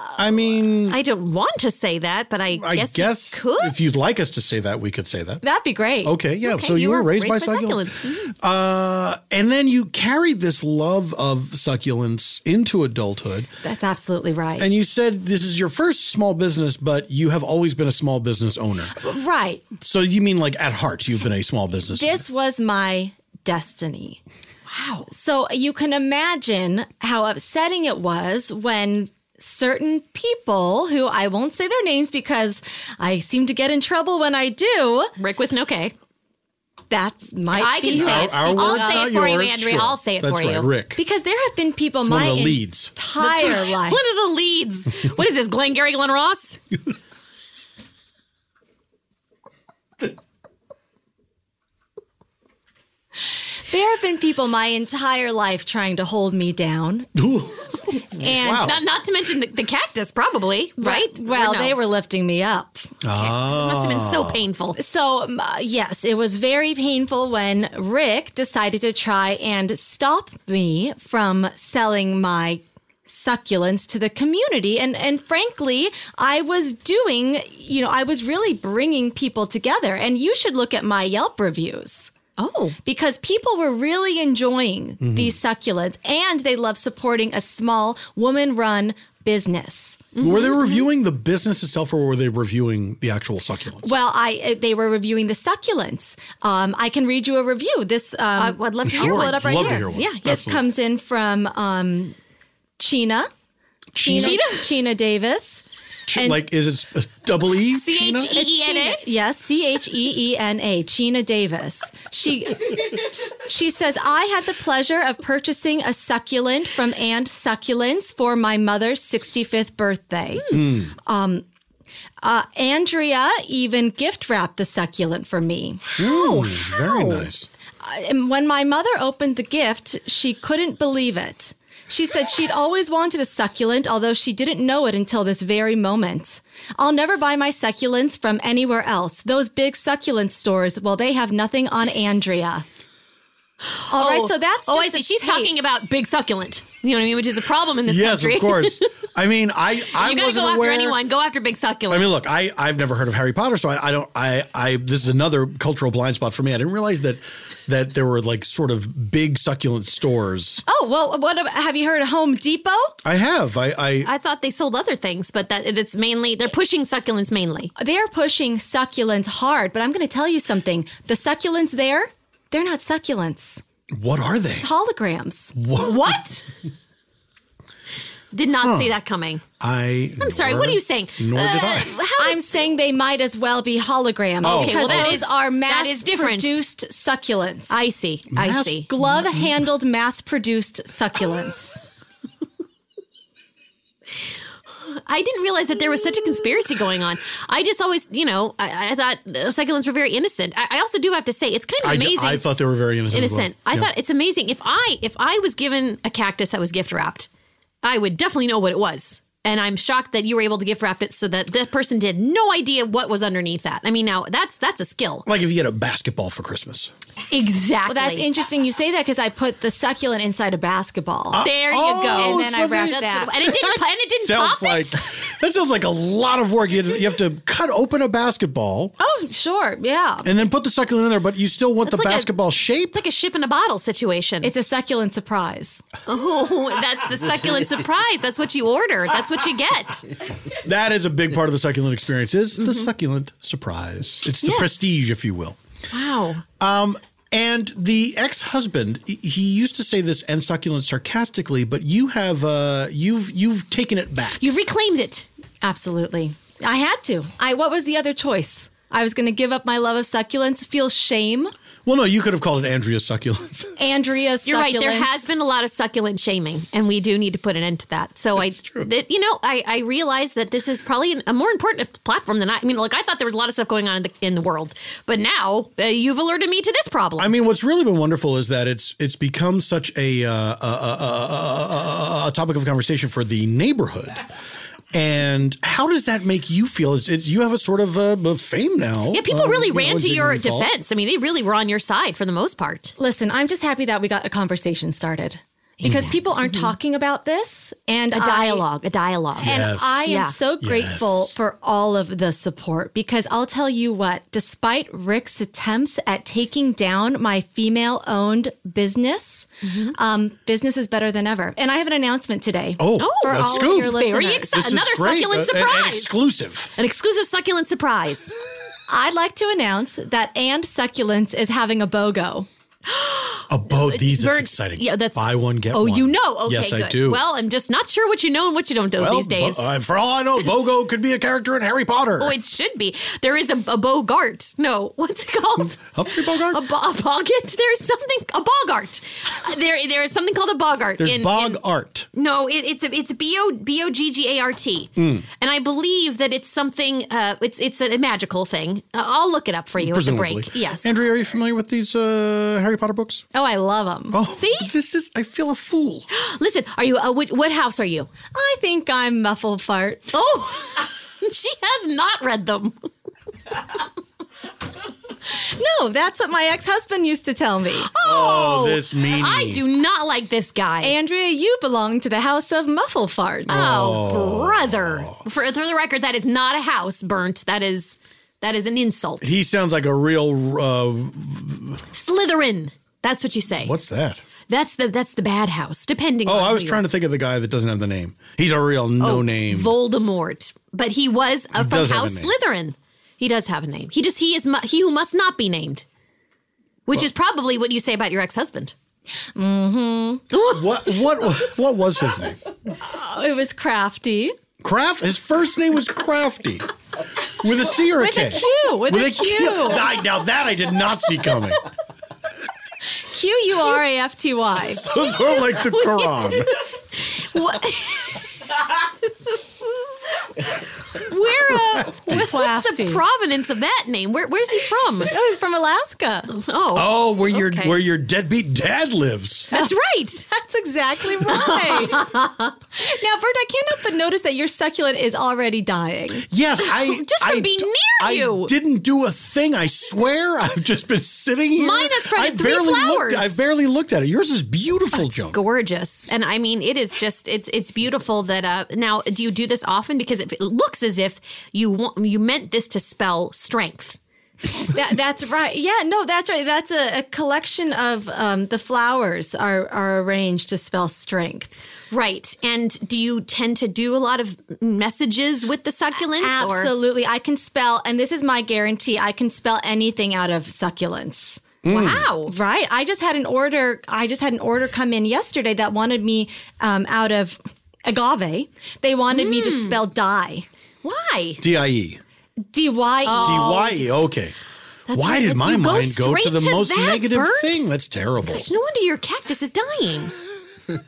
I mean, I don't want to say that, but I, I guess, guess, we could. if you'd like us to say that, we could say that. That'd be great. Okay, yeah. Okay, so you, were raised, by, succulents. Uh, and then you carried this love of succulents into adulthood. That's absolutely right. And you said this is your first small business, but you have always been a small business owner. right. So you mean like at heart, you've been a small business owner. This was my destiny. Wow. So you can imagine how upsetting it was when certain people who I won't say their names because I seem to get in trouble when I do. Rick with no K. That's my I can say it. Our I'll words, say not it for you, yours. Andrea. Sure. I'll say it That's for right, you. Rick. Because there have been people one my of the leads. entire life. One of the leads. What is this, Glengarry Glen Ross? There have been people my entire life trying to hold me down. and Wow. Not, not to mention the, the cactus, probably, right? well, Or no? they were lifting me up. It must have been Oh. so painful. So, um, uh, yes, it was very painful when Rick decided to try and stop me from selling my succulents to the community and and frankly I was doing you know I was really bringing people together and you should look at my Yelp reviews Oh. because people were really enjoying these succulents and they love supporting a small woman run business. Mm-hmm. Were they reviewing the business itself or were they reviewing the actual succulents? Well, I uh, they were reviewing the succulents. Um, I can read you a review. This um, I would love to Sure. hear pull one. it up right Love to here. hear one. Yeah, This Absolutely. comes in from um, Chyna. Chyna. Chyna Davis. Ch- and- like, is it s- double E? Chyna? C H E N A. Yes, C H E E N A, Chyna Davis. She she says, I had the pleasure of purchasing a succulent from And Succulents for my mother's 65th birthday. Um, Hmm. uh, Andrea even gift wrapped the succulent for me. Ooh, Very nice. And when my mother opened the gift, she couldn't believe it. She said she'd always wanted a succulent, although she didn't know it until this very moment. I'll never buy my succulents from anywhere else. Those big succulent stores, well, they have nothing on Andrea. All right, so that's oh, I just see. a She's taste. talking about big succulent. You know what I mean? Which is a problem in this Yes, country. of course. I mean, I I you gotta wasn't go after aware. anyone. Go after big succulent. I mean, look, I I've never heard of Harry Potter, so I, I don't. I I this is another cultural blind spot for me. I didn't realize that that there were like sort of big succulent stores. Oh well, what ab- have you heard of Home Depot? I have. I I, I thought they sold other things, but that it's mainly they're pushing succulents mainly. They're pushing succulent hard, but I'm going to tell you something. The succulents there, they're not succulents. what are they? Holograms. What? What? Did not Huh. see that coming. I. I'm sorry. What are you saying? Uh, Nor did I. I'm saying they might as well be holograms because Oh. Okay, well, that those is- are that mass is different. produced succulents. I see. I Mass- Mm-hmm. see. Glove handled mass produced succulents. I didn't realize that there was such a conspiracy going on. I just always, you know, I, I thought uh, succulents were very innocent. I, I also do have to say it's kind of I, amazing. I thought they were very innocent. as well. innocent. I Yeah. thought it's amazing. If I if I was given a cactus that was gift wrapped, I would definitely know what it was. And I'm shocked that you were able to gift wrap it so that that person did no idea what was underneath that. I mean, now that's that's a skill. like if you get a basketball for Christmas. Well, Exactly. that's interesting you say that because I put the succulent inside a basketball. there you Oh, go. And then I so wrapped that's that. what- and it didn't. And it didn't Sounds pop. like that sounds like a lot of work. You have, to, you have to cut open a basketball Oh, sure. Yeah. and then put the succulent in there, but you still want That's the like a- basketball shape. It's like a ship in a bottle situation. It's a succulent surprise. oh, that's the succulent surprise. That's what you order. That's what you get. That is a big part of the succulent experience. Is the succulent surprise? It's the Mm-hmm. Yes. prestige, if you will. Wow. Um, and the ex-husband, he- he used to say this and succulent sarcastically, but you have uh, you've you've taken it back. You've reclaimed it. Absolutely. I had to. I what was the other choice? I was going to give up my love of succulents, feel shame. well, no, you could have called it Andrea's succulent. Andrea's You're right. There succulents. has been a lot of succulent shaming, and we do need to put an end to that. So I, that- you know, I, I realize that this is probably an- a more important platform than I. I mean, look, I thought there was a lot of stuff going on in the in the world, but now uh, you've alerted me to this problem. I mean, what's really been wonderful is that it's it's become such a uh, a, a, a, a- a topic of conversation for the neighborhood. And how does that make you feel? It's, it's you have a sort of uh a fame now. yeah, people Um, really you know, ran it to didn't your really fall. defense. I mean, they really were on your side for the most part. Listen, I'm just happy that we got a conversation started because people aren't talking about this and Mm-hmm. A I- dialogue, a dialogue. And I am Yeah. so grateful for all of the support because I'll tell you what, despite Rick's attempts at taking down my female owned business, Mm-hmm. um, business is better than ever. And I have an announcement today. Oh, for a all scoop. of your listeners. Very This is exciting. Another great. succulent Uh, an- surprise. an exclusive. An exclusive succulent surprise. I'd like to announce that And Succulents is having a BOGO. About Oh, these is Vern- exciting. Yeah, that's buy one get Oh, one. you know. Okay, yes, good. I do. Well, I'm just not sure what you know and what you don't know Well, these days. Bo- uh, for all I know, Bogo could be a character in Harry Potter. Oh, it should be. There is a, a Bogart. No, what's it called? Humphrey Bogart? A, bo- a Bogart? There's something a Bogart. There, there is something called a Bogart. There's in- Bog in- Art. no, it, it's a, it's B O B O G G A R T, Hmm. and I believe that it's something. Uh, it's it's a magical thing. Uh, I'll look it up for you Presumably. at the break. Yes. Andrea, are you familiar with these uh, Harry Potter books? Oh, I love them. Oh, See? this is. I feel a fool. Listen, are you? Uh, what, what house are you? I think I'm Muffle Fart. Oh, she has not read them. No, that's what my ex husband used to tell me. Oh, this meanie. I do not like this guy. Andrea, you belong to the house of Muffle Farts. Oh, brother! For, for the record, that is not a house burnt. That is that is an insult. He sounds like a real. Uh, Slytherin. That's what you say. what's that? That's the that's the bad house. Depending. Oh, on I was who trying to think of the guy that doesn't have the name. He's a real you are. no Oh, name. Voldemort, but he was uh, from does have a House name. Slytherin. He does have a name. He just he is mu- he who must not be named, which is probably what you say about your ex husband. what? What? What was his name? Oh, it was crafty. Craft. His first name was Crafty, with a C or a With K. a Q. With, With a a Q. I- now that I did not see coming. Q U R A F T Y. So sort of like the Quran. What? We're uh, What's the provenance of that name? Where, where's he from? oh, he's from Alaska. Oh, Oh, where your where your deadbeat dad lives. That's right. That's exactly right. now, Bert, I can't help but notice that your succulent is already dying. Yes, I Just for I being d- near I you. didn't do a thing. I swear, I've just been sitting here. Mine has probably I three barely flowers. Looked, I barely looked at it. Yours is beautiful, oh, Gorgeous, and I mean, it is just it's it's beautiful that uh now do you do this often because it looks as if you want you meant this to spell strength. That, that's right. Yeah, no, that's right. That's a, a collection of um, the flowers are, are arranged to spell strength. Right. And do you tend to do a lot of messages with the succulents? or- Absolutely. I can spell, and this is my guarantee I can spell anything out of succulents. Mm. Wow. Right. I just had an order. I just had an order come in yesterday that wanted me um, out of agave. They wanted me Mm. to spell die. Why? D I E. D Y E. Oh. D Y E. Okay. That's Why right. did It's- my you go mind go to straight the to most that, negative Bert. thing? That's terrible. Gosh, no wonder your cactus is dying.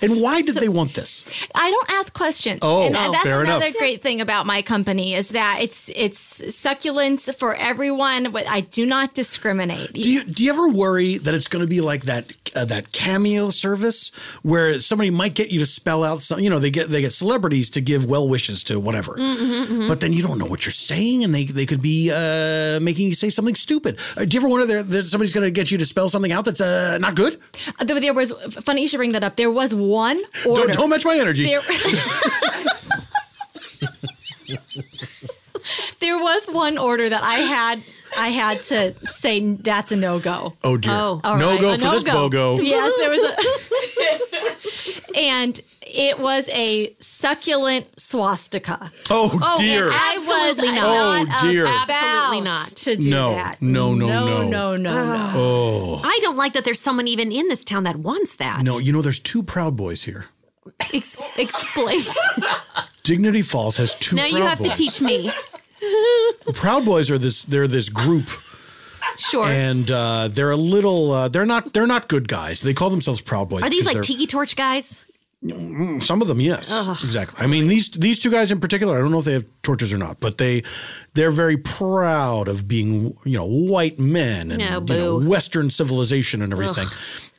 And why did they want this? I don't ask questions. Oh, and oh, that's fair another enough. great thing about my company is that it's it's succulents for everyone. But I do not discriminate. Do you do you ever worry that it's going to be like that uh, that cameo service where somebody might get you to spell out some you know they get they get celebrities to give well wishes to whatever. Mm-hmm, But then you don't know what you're saying, and they, they could be uh, making you say something stupid. Uh, do you ever wonder that that somebody's going to get you to spell something out that's uh, not good? There, there was funny you should bring that up. There was one order. Don't, don't match my energy. There, there was one order that I had. I had to say that's a no go. Oh, dear. Oh. No go for this BOGO. Yes, there was a, and it was a succulent swastika. Oh, Oh, dear. I was absolutely not. not. Oh, dear. about Absolutely not. to do no, that. no, no, no, no, no, no. Oh. I don't like that there's someone even in this town that wants that. No, you know, there's two Proud Boys here. Ex- explain. Dignity Falls has two. now Proud you have boys. to teach me. Proud Boys are this. They're this group. Sure. And uh, they're a little. Uh, they're not. They're not good guys. They call themselves Proud Boys. Are these like because tiki torch guys? they're- Mm, Some of them, yes, Ugh. exactly. I mean these these two guys in particular. I don't know if they have torches or not, but they they're very proud of being you know white men and No, you know, boo. Western civilization and everything.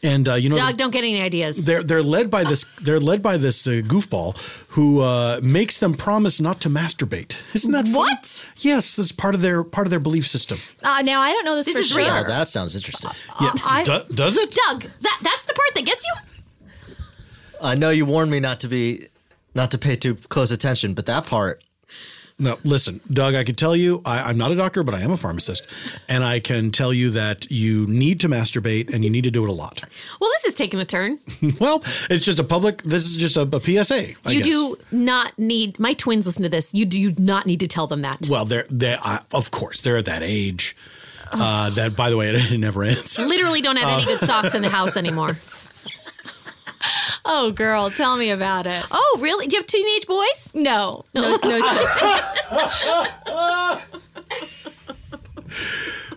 And uh, you know, Doug, don't get any ideas. they're they're led by this they're led by this uh, goofball who uh, makes them promise not to masturbate. Isn't that funny? What? Yes, that's part of their part of their belief system. Uh, now I don't know this, This for is sure. rare. Oh, that sounds interesting. Yeah, I- do- does it? Um, Doug, that, that's the part that gets you? I know you warned me not to be, not to pay too close attention, but that part. No, listen, Doug. I could tell you I, I'm not a doctor, but I am a pharmacist, and I can tell you that you need to masturbate and you need to do it a lot. Well, this is taking a turn. well, it's just a public. This is just a, a PSA. I you guess. do not need my twins listen to this. You do you not need to tell them that. Well, they're they. I of course, they're at that age. Uh, that by the way, it never ends. Literally don't have any good socks in the house anymore. Oh, girl, tell me about it. Oh, really? Do you have teenage boys? No, no, no.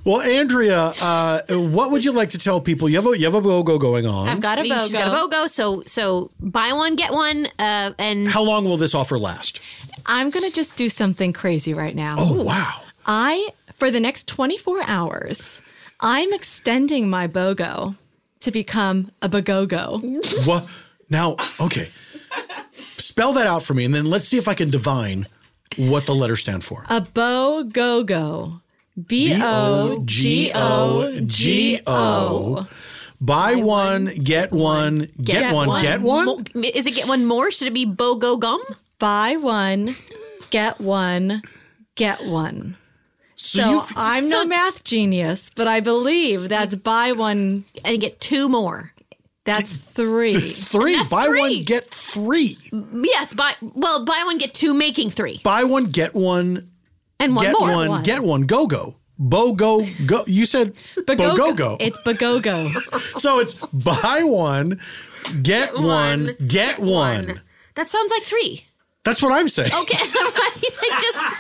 Well, Andrea, uh, what would you like to tell people? You have a you have a BOGO going on. I've got a BOGO. She's got a BOGO, so so buy one, get one, uh, and How long will this offer last? I'm gonna just do something crazy right now. Oh wow! I for the next 24 hours, I'm extending my BOGO to become a BOGOGO. what now? Okay, spell that out for me, and then let's see if I can divine what the letters stand for. A BOGOGO. B O G O G O. Buy one, get one, get, one, get one. Mo- Is it get one more? Should it be BOGO gum? Buy one, get one, get one. So, you've- I'm no so- math genius, but I believe that's buy one and get two more. That's three. It's three. That's Buy three. one, get three. Yes, buy well, buy one, get two, making three, Buy one, get one, and one get more. one, get one. Go go. Bo go go. You said bo go go. It's Bogogo. So it's buy one, get, one, get one. That sounds like three. That's what I'm saying. Okay, like just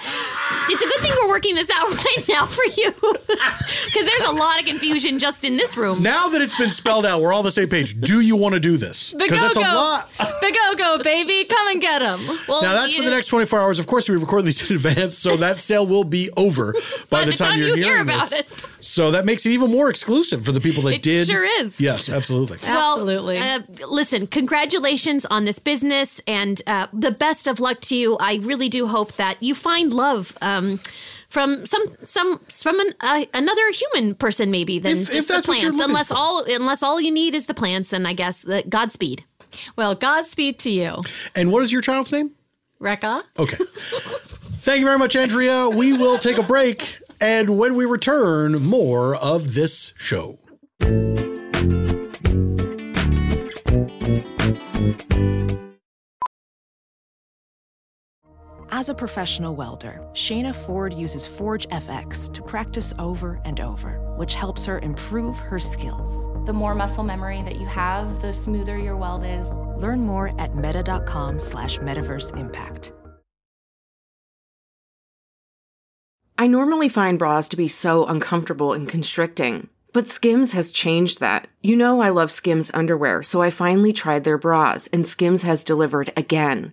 it's a good thing we're working this out right now for you because there's a lot of confusion just in this room. Now that it's been spelled out, we're all on the same page. Do you want to do this? The that's a go-go. lot. the go-go, baby. Come and get him. Well, now that's for the next 24 hours. Of course, we record these in advance, so that sale will be over by, the, time, you're you hear hearing about this. it. So that makes it even more exclusive for the people that It did. sure is. Yes, absolutely. Absolutely. Well, uh, listen, congratulations on this business and uh, the best of luck to you. I really do hope that you find love um, from some some from an, uh, another human person maybe than If- just if that's the what you're plants. looking unless for. all unless all you need is the plants and I guess the Godspeed. Well, Godspeed to you. And what is your child's name? Rekka. Okay. Thank you very much, Andrea. We will take a break. And when we return, more of this show. As a professional welder, Shayna Ford uses Forge FX to practice over and over, which helps her improve her skills. The more muscle memory that you have, the smoother your weld is. Learn more at meta.com slash metaverse impact. I normally find bras to be so uncomfortable and constricting, but Skims has changed that. You know, I love Skims underwear, so I finally tried their bras, and Skims has delivered again.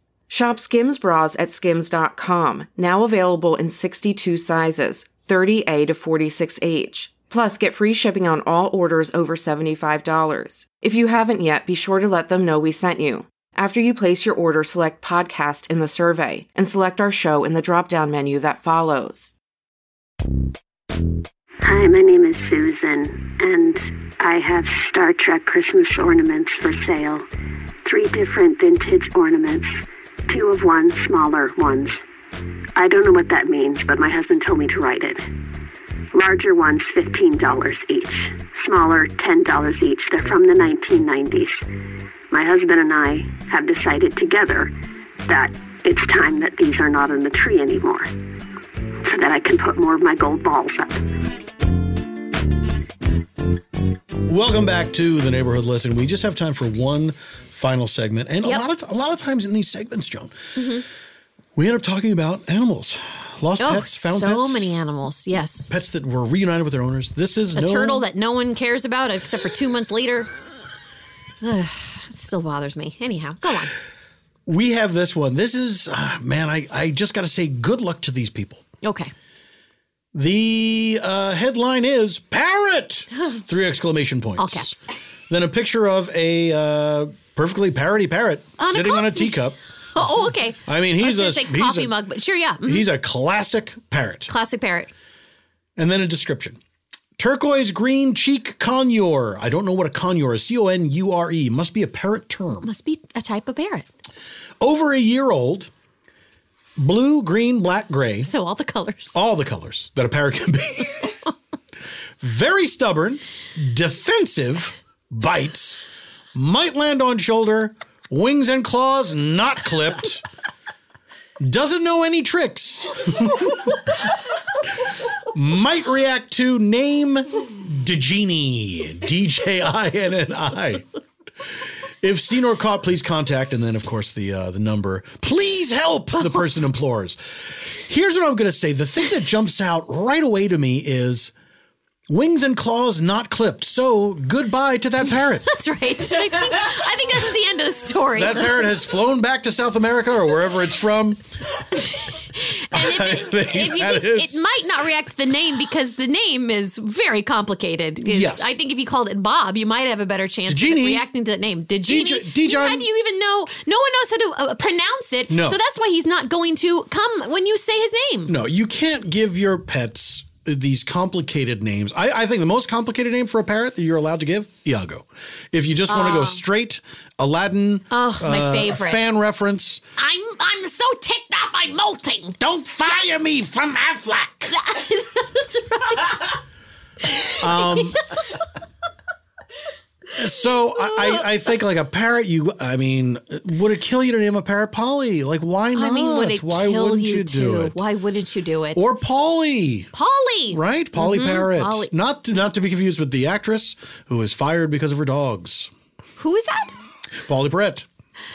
Shop Skims bras at skims.com, now available in 62 sizes, 30A to 46H. Plus, get free shipping on all orders over $75. If you haven't yet, be sure to let them know we sent you. After you place your order, select podcast in the survey and select our show in the drop down menu that follows. Hi, my name is Susan, and I have Star Trek Christmas ornaments for sale. Three different vintage ornaments, two of one, smaller ones. I don't know what that means, but my husband told me to write it. Larger ones, $15 each. Smaller, $10 each. They're from the 1990s. My husband and I have decided together that it's time that these are not on the tree anymore so that I can put more of my gold balls up. Welcome back to the neighborhood lesson. We just have time for one final segment, and Yep. Mm-hmm. a lot of a lot of times in these segments, Joan, we end up talking about animals, lost Oh, pets, found so pets, many animals. Yes, pets that were reunited with their owners. This is a no turtle that no one cares about except for two months later. Ugh, it still bothers me. Anyhow, go on. we have this one. This is ah, man, I I just got to say good luck to these people. Okay. The uh, headline is parrot three exclamation points. All caps. Then a picture of a uh, perfectly parroty parrot On a sitting on a coffee- teacup. Oh, oh, okay. I mean, he's I a- was gonna say he's coffee a- mug, but sure, yeah. Mhm. He's a classic parrot. classic parrot. And then a description. Turquoise green cheek conure. I don't know what a conure is. C O N U R E. Must be a parrot term. Must be a type of parrot. Over a year old. Blue, green, black, gray. So all the colors. All the colors that a parrot can be. Very stubborn, defensive, bites, might land on shoulder, wings and claws not clipped, doesn't know any tricks. might react to name Djini, D J I N N I. If seen or caught, please contact, and then of course the uh, the number. Please help the person implores. Here's what I'm going to say: the thing that jumps out right away to me is wings and claws not clipped. So goodbye to that parrot. That's right. I think, I think that's the end of the story. That parrot has flown back to South America or wherever it's from. And I if, think it, if you that think is- it might not react to the name because the name is very complicated. 'Cause Yes. I think if you called it Bob, you might have a better chance of Dejini. it reacting to that name. Did How do you even know? No one knows how to uh, pronounce it. No. So that's why he's not going to come when you say his name. No, you can't give your pets these complicated names. I, I think the most complicated name for a parrot that you're allowed to give, Iago. If you just want to Ah. go straight, Aladdin. uh, Oh, my favorite. Fan reference. I'm I'm so ticked off. I'm molting. Don't fire me from Aflac. That's right. Um, so I, I, I think like a parrot. You, I mean, would it kill you to name a parrot Polly? Like, why not? I mean, would it why kill wouldn't you, you, do to? it? Why wouldn't you do it? Or Polly, Polly, right? Polly Mhm, Parrot, Polly. not to, not to be confused with the actress who was fired because of her dogs. Who is that? Polly Parrot.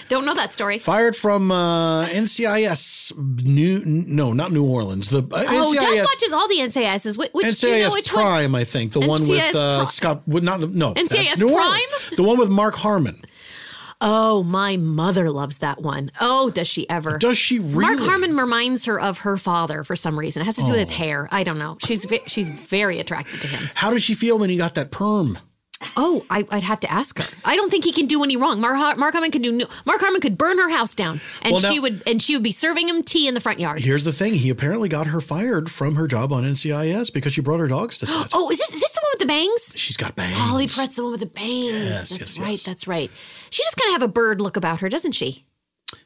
Don't know that story. Fired from uh, NCIS, New no, not New Orleans. The uh, Oh, Doug NCIS, watches all the NCISs. Which, which NCIS do you know which one? Prime, I think the one with NCIS uh, Prime. Scott. Would not no that's NCIS New Orleans. Prime? the one with Mark Harmon. Oh, my mother loves that one. Oh, does she ever? Does she Mark really? Harmon reminds her of her father for some reason. It has to do with his Oh. hair. I don't know. She's ve- she's very attracted to him. How did she feel when he got that perm? Oh, I, I'd have to ask her. I don't think he can do any wrong. Mark, Har- Mark Harmon could do. No- Mark Harmon could burn her house down, and Well, now- she would and she would be serving him tea in the front yard. Here's the thing: he apparently got her fired from her job on NCIS because she brought her dogs to set. Oh, is this is this the one with the bangs? She's got bangs. Holly Pratt's the one with the bangs. Yes, yes, that's right. That's right. She just kind of have a bird look about her, doesn't she?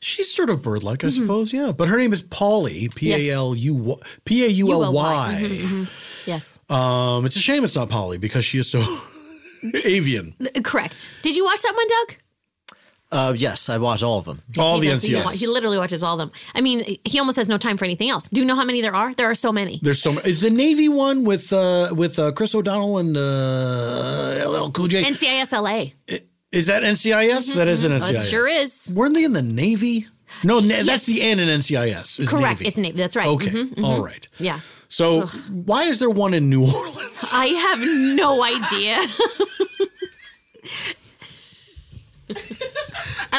She's sort of bird-like, I Mm-hmm. suppose. Yeah, but her name is Polly. P a l u p a u l Mhm, y. mhm. Yes. Um, it's a shame it's not Polly because she is so avian. Th- Correct. Did you watch that one, Doug? Uh, yes, I watch all of them. All He does. He, wa- he literally watches all of them. I mean, he almost has no time for anything else. Do you know how many there are? There are so many. There's so many. Is the Navy one with uh, with uh, Chris O'Donnell and uh, LL Cool J? NCIS LA. is that NCIS? That is an Mhm. NCIS. It sure is. Weren't they in the Navy? No, na- that's the N in NCIS. Is Correct. Navy. It's Navy. That's right. Okay. Mhm, mhm. All right. Yeah. So why is there one in New Orleans? I have no idea. and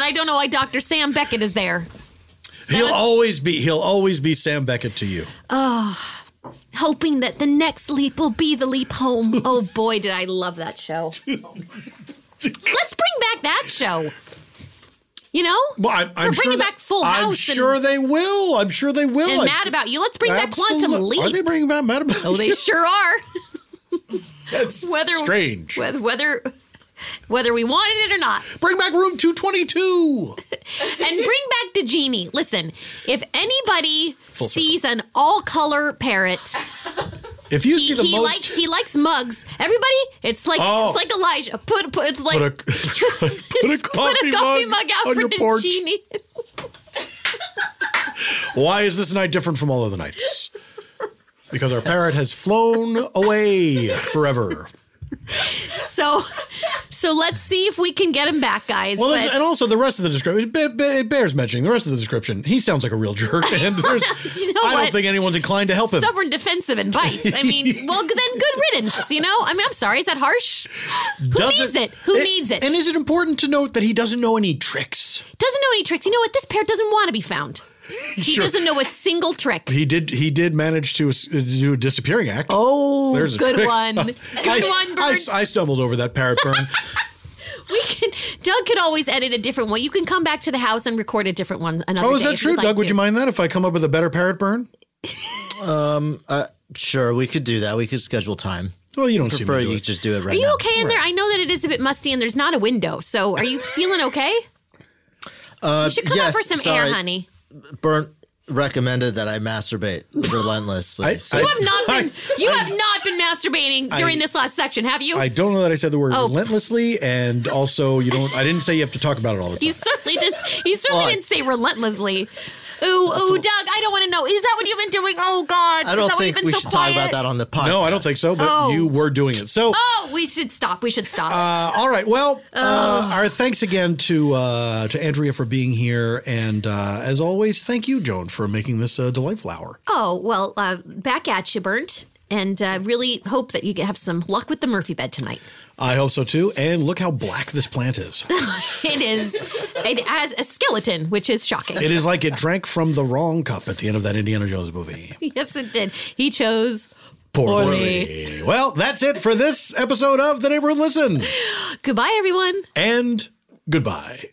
I don't know why Dr. Sam Beckett is there. He'll always be he'll always be Sam Beckett to you. Oh, hoping that the next leap will be the leap home. Oh boy, did I love that show. Let's bring back that show. You know? Well, I, I'm We're sure bringing that- back Full I'm House and- sure they will. I'm sure they will. And I- Mad About You. Let's bring back Quantum Absolute- Leap. Are they bringing back Mad About? Oh, they You? sure are. That's whether strange. Whether whether, whether we wanted it or not. Bring back Room 222. and bring back the genie. Listen, if anybody Full circle. sees an all-color parrot, If you he, see the he most, likes he likes mugs. Everybody, it's like Oh. it's like Elijah. Put, put it's like put a, that's right. put a coffee, put a coffee mug, out on for your the porch. genie. Why is this night different from all other nights? Because our parrot has flown away forever. So, so let's see if we can get him back, guys. Well, there's- But- and also the rest of the description it, be- be- it bears mentioning. The rest of the description, he sounds like a real jerk, and there's, You know I don't what? think anyone's inclined to help him. Stubborn, defensive, and bites. I mean, well, then good riddance. You know, I mean, I'm sorry. Is that harsh? Who Doesn't- needs it? Who needs it? And is it important to note that he doesn't know any tricks? doesn't know any tricks. You know what? This parrot doesn't want to be found. He Sure. doesn't know a single trick. He did. He did manage to uh, do a disappearing act. Oh, There's a good trick. one. Good I, one, I, Burns. I stumbled over that parrot burn. We can. Doug could always edit a different one. You can come back to the house and record a different one another oh, is day that if true, you'd like Doug? Would to. you mind that if I come up with a better parrot burn? Um, uh, sure, we could do that. We could schedule time. Well, you don't prefer seem to do you it. just do it right are you now. okay in there? I know that it is a bit musty and there's not a window. So, are you feeling okay? Uh, You should come yes, up for some sorry. air, honey. Burnt recommended that I masturbate relentlessly. I- so- You have not been. you have not been masturbating I- during this last section, have you? I don't know that I said the word Oh. relentlessly, and also you don't. I didn't say you have to talk about it all the time. He certainly did. He certainly Well, I- didn't say relentlessly. Ooh, ooh, Doug! I don't want to know. Is that what you've been doing? Oh God! I is don't that why you've think been we so should quiet? talk about that on the podcast. No, I don't think so. But Oh. you were doing it. So, Oh, we should stop. We should stop. uh, all right. Well, uh, Oh. our thanks again to uh, to Andrea for being here, and uh, as always, thank you, Joan, for making this a delightful hour. Oh, well, uh, back at you, Burnt. And uh, really hope that you have some luck with the Murphy bed tonight. I hope so too. And look how black this plant is. It is, it has a skeleton, which is shocking. It is like it drank from the wrong cup at the end of that Indiana Jones movie. yes, it did. He chose Poorly. Well, that's it for this episode of The Neighborhood Listen. Goodbye, everyone. And goodbye.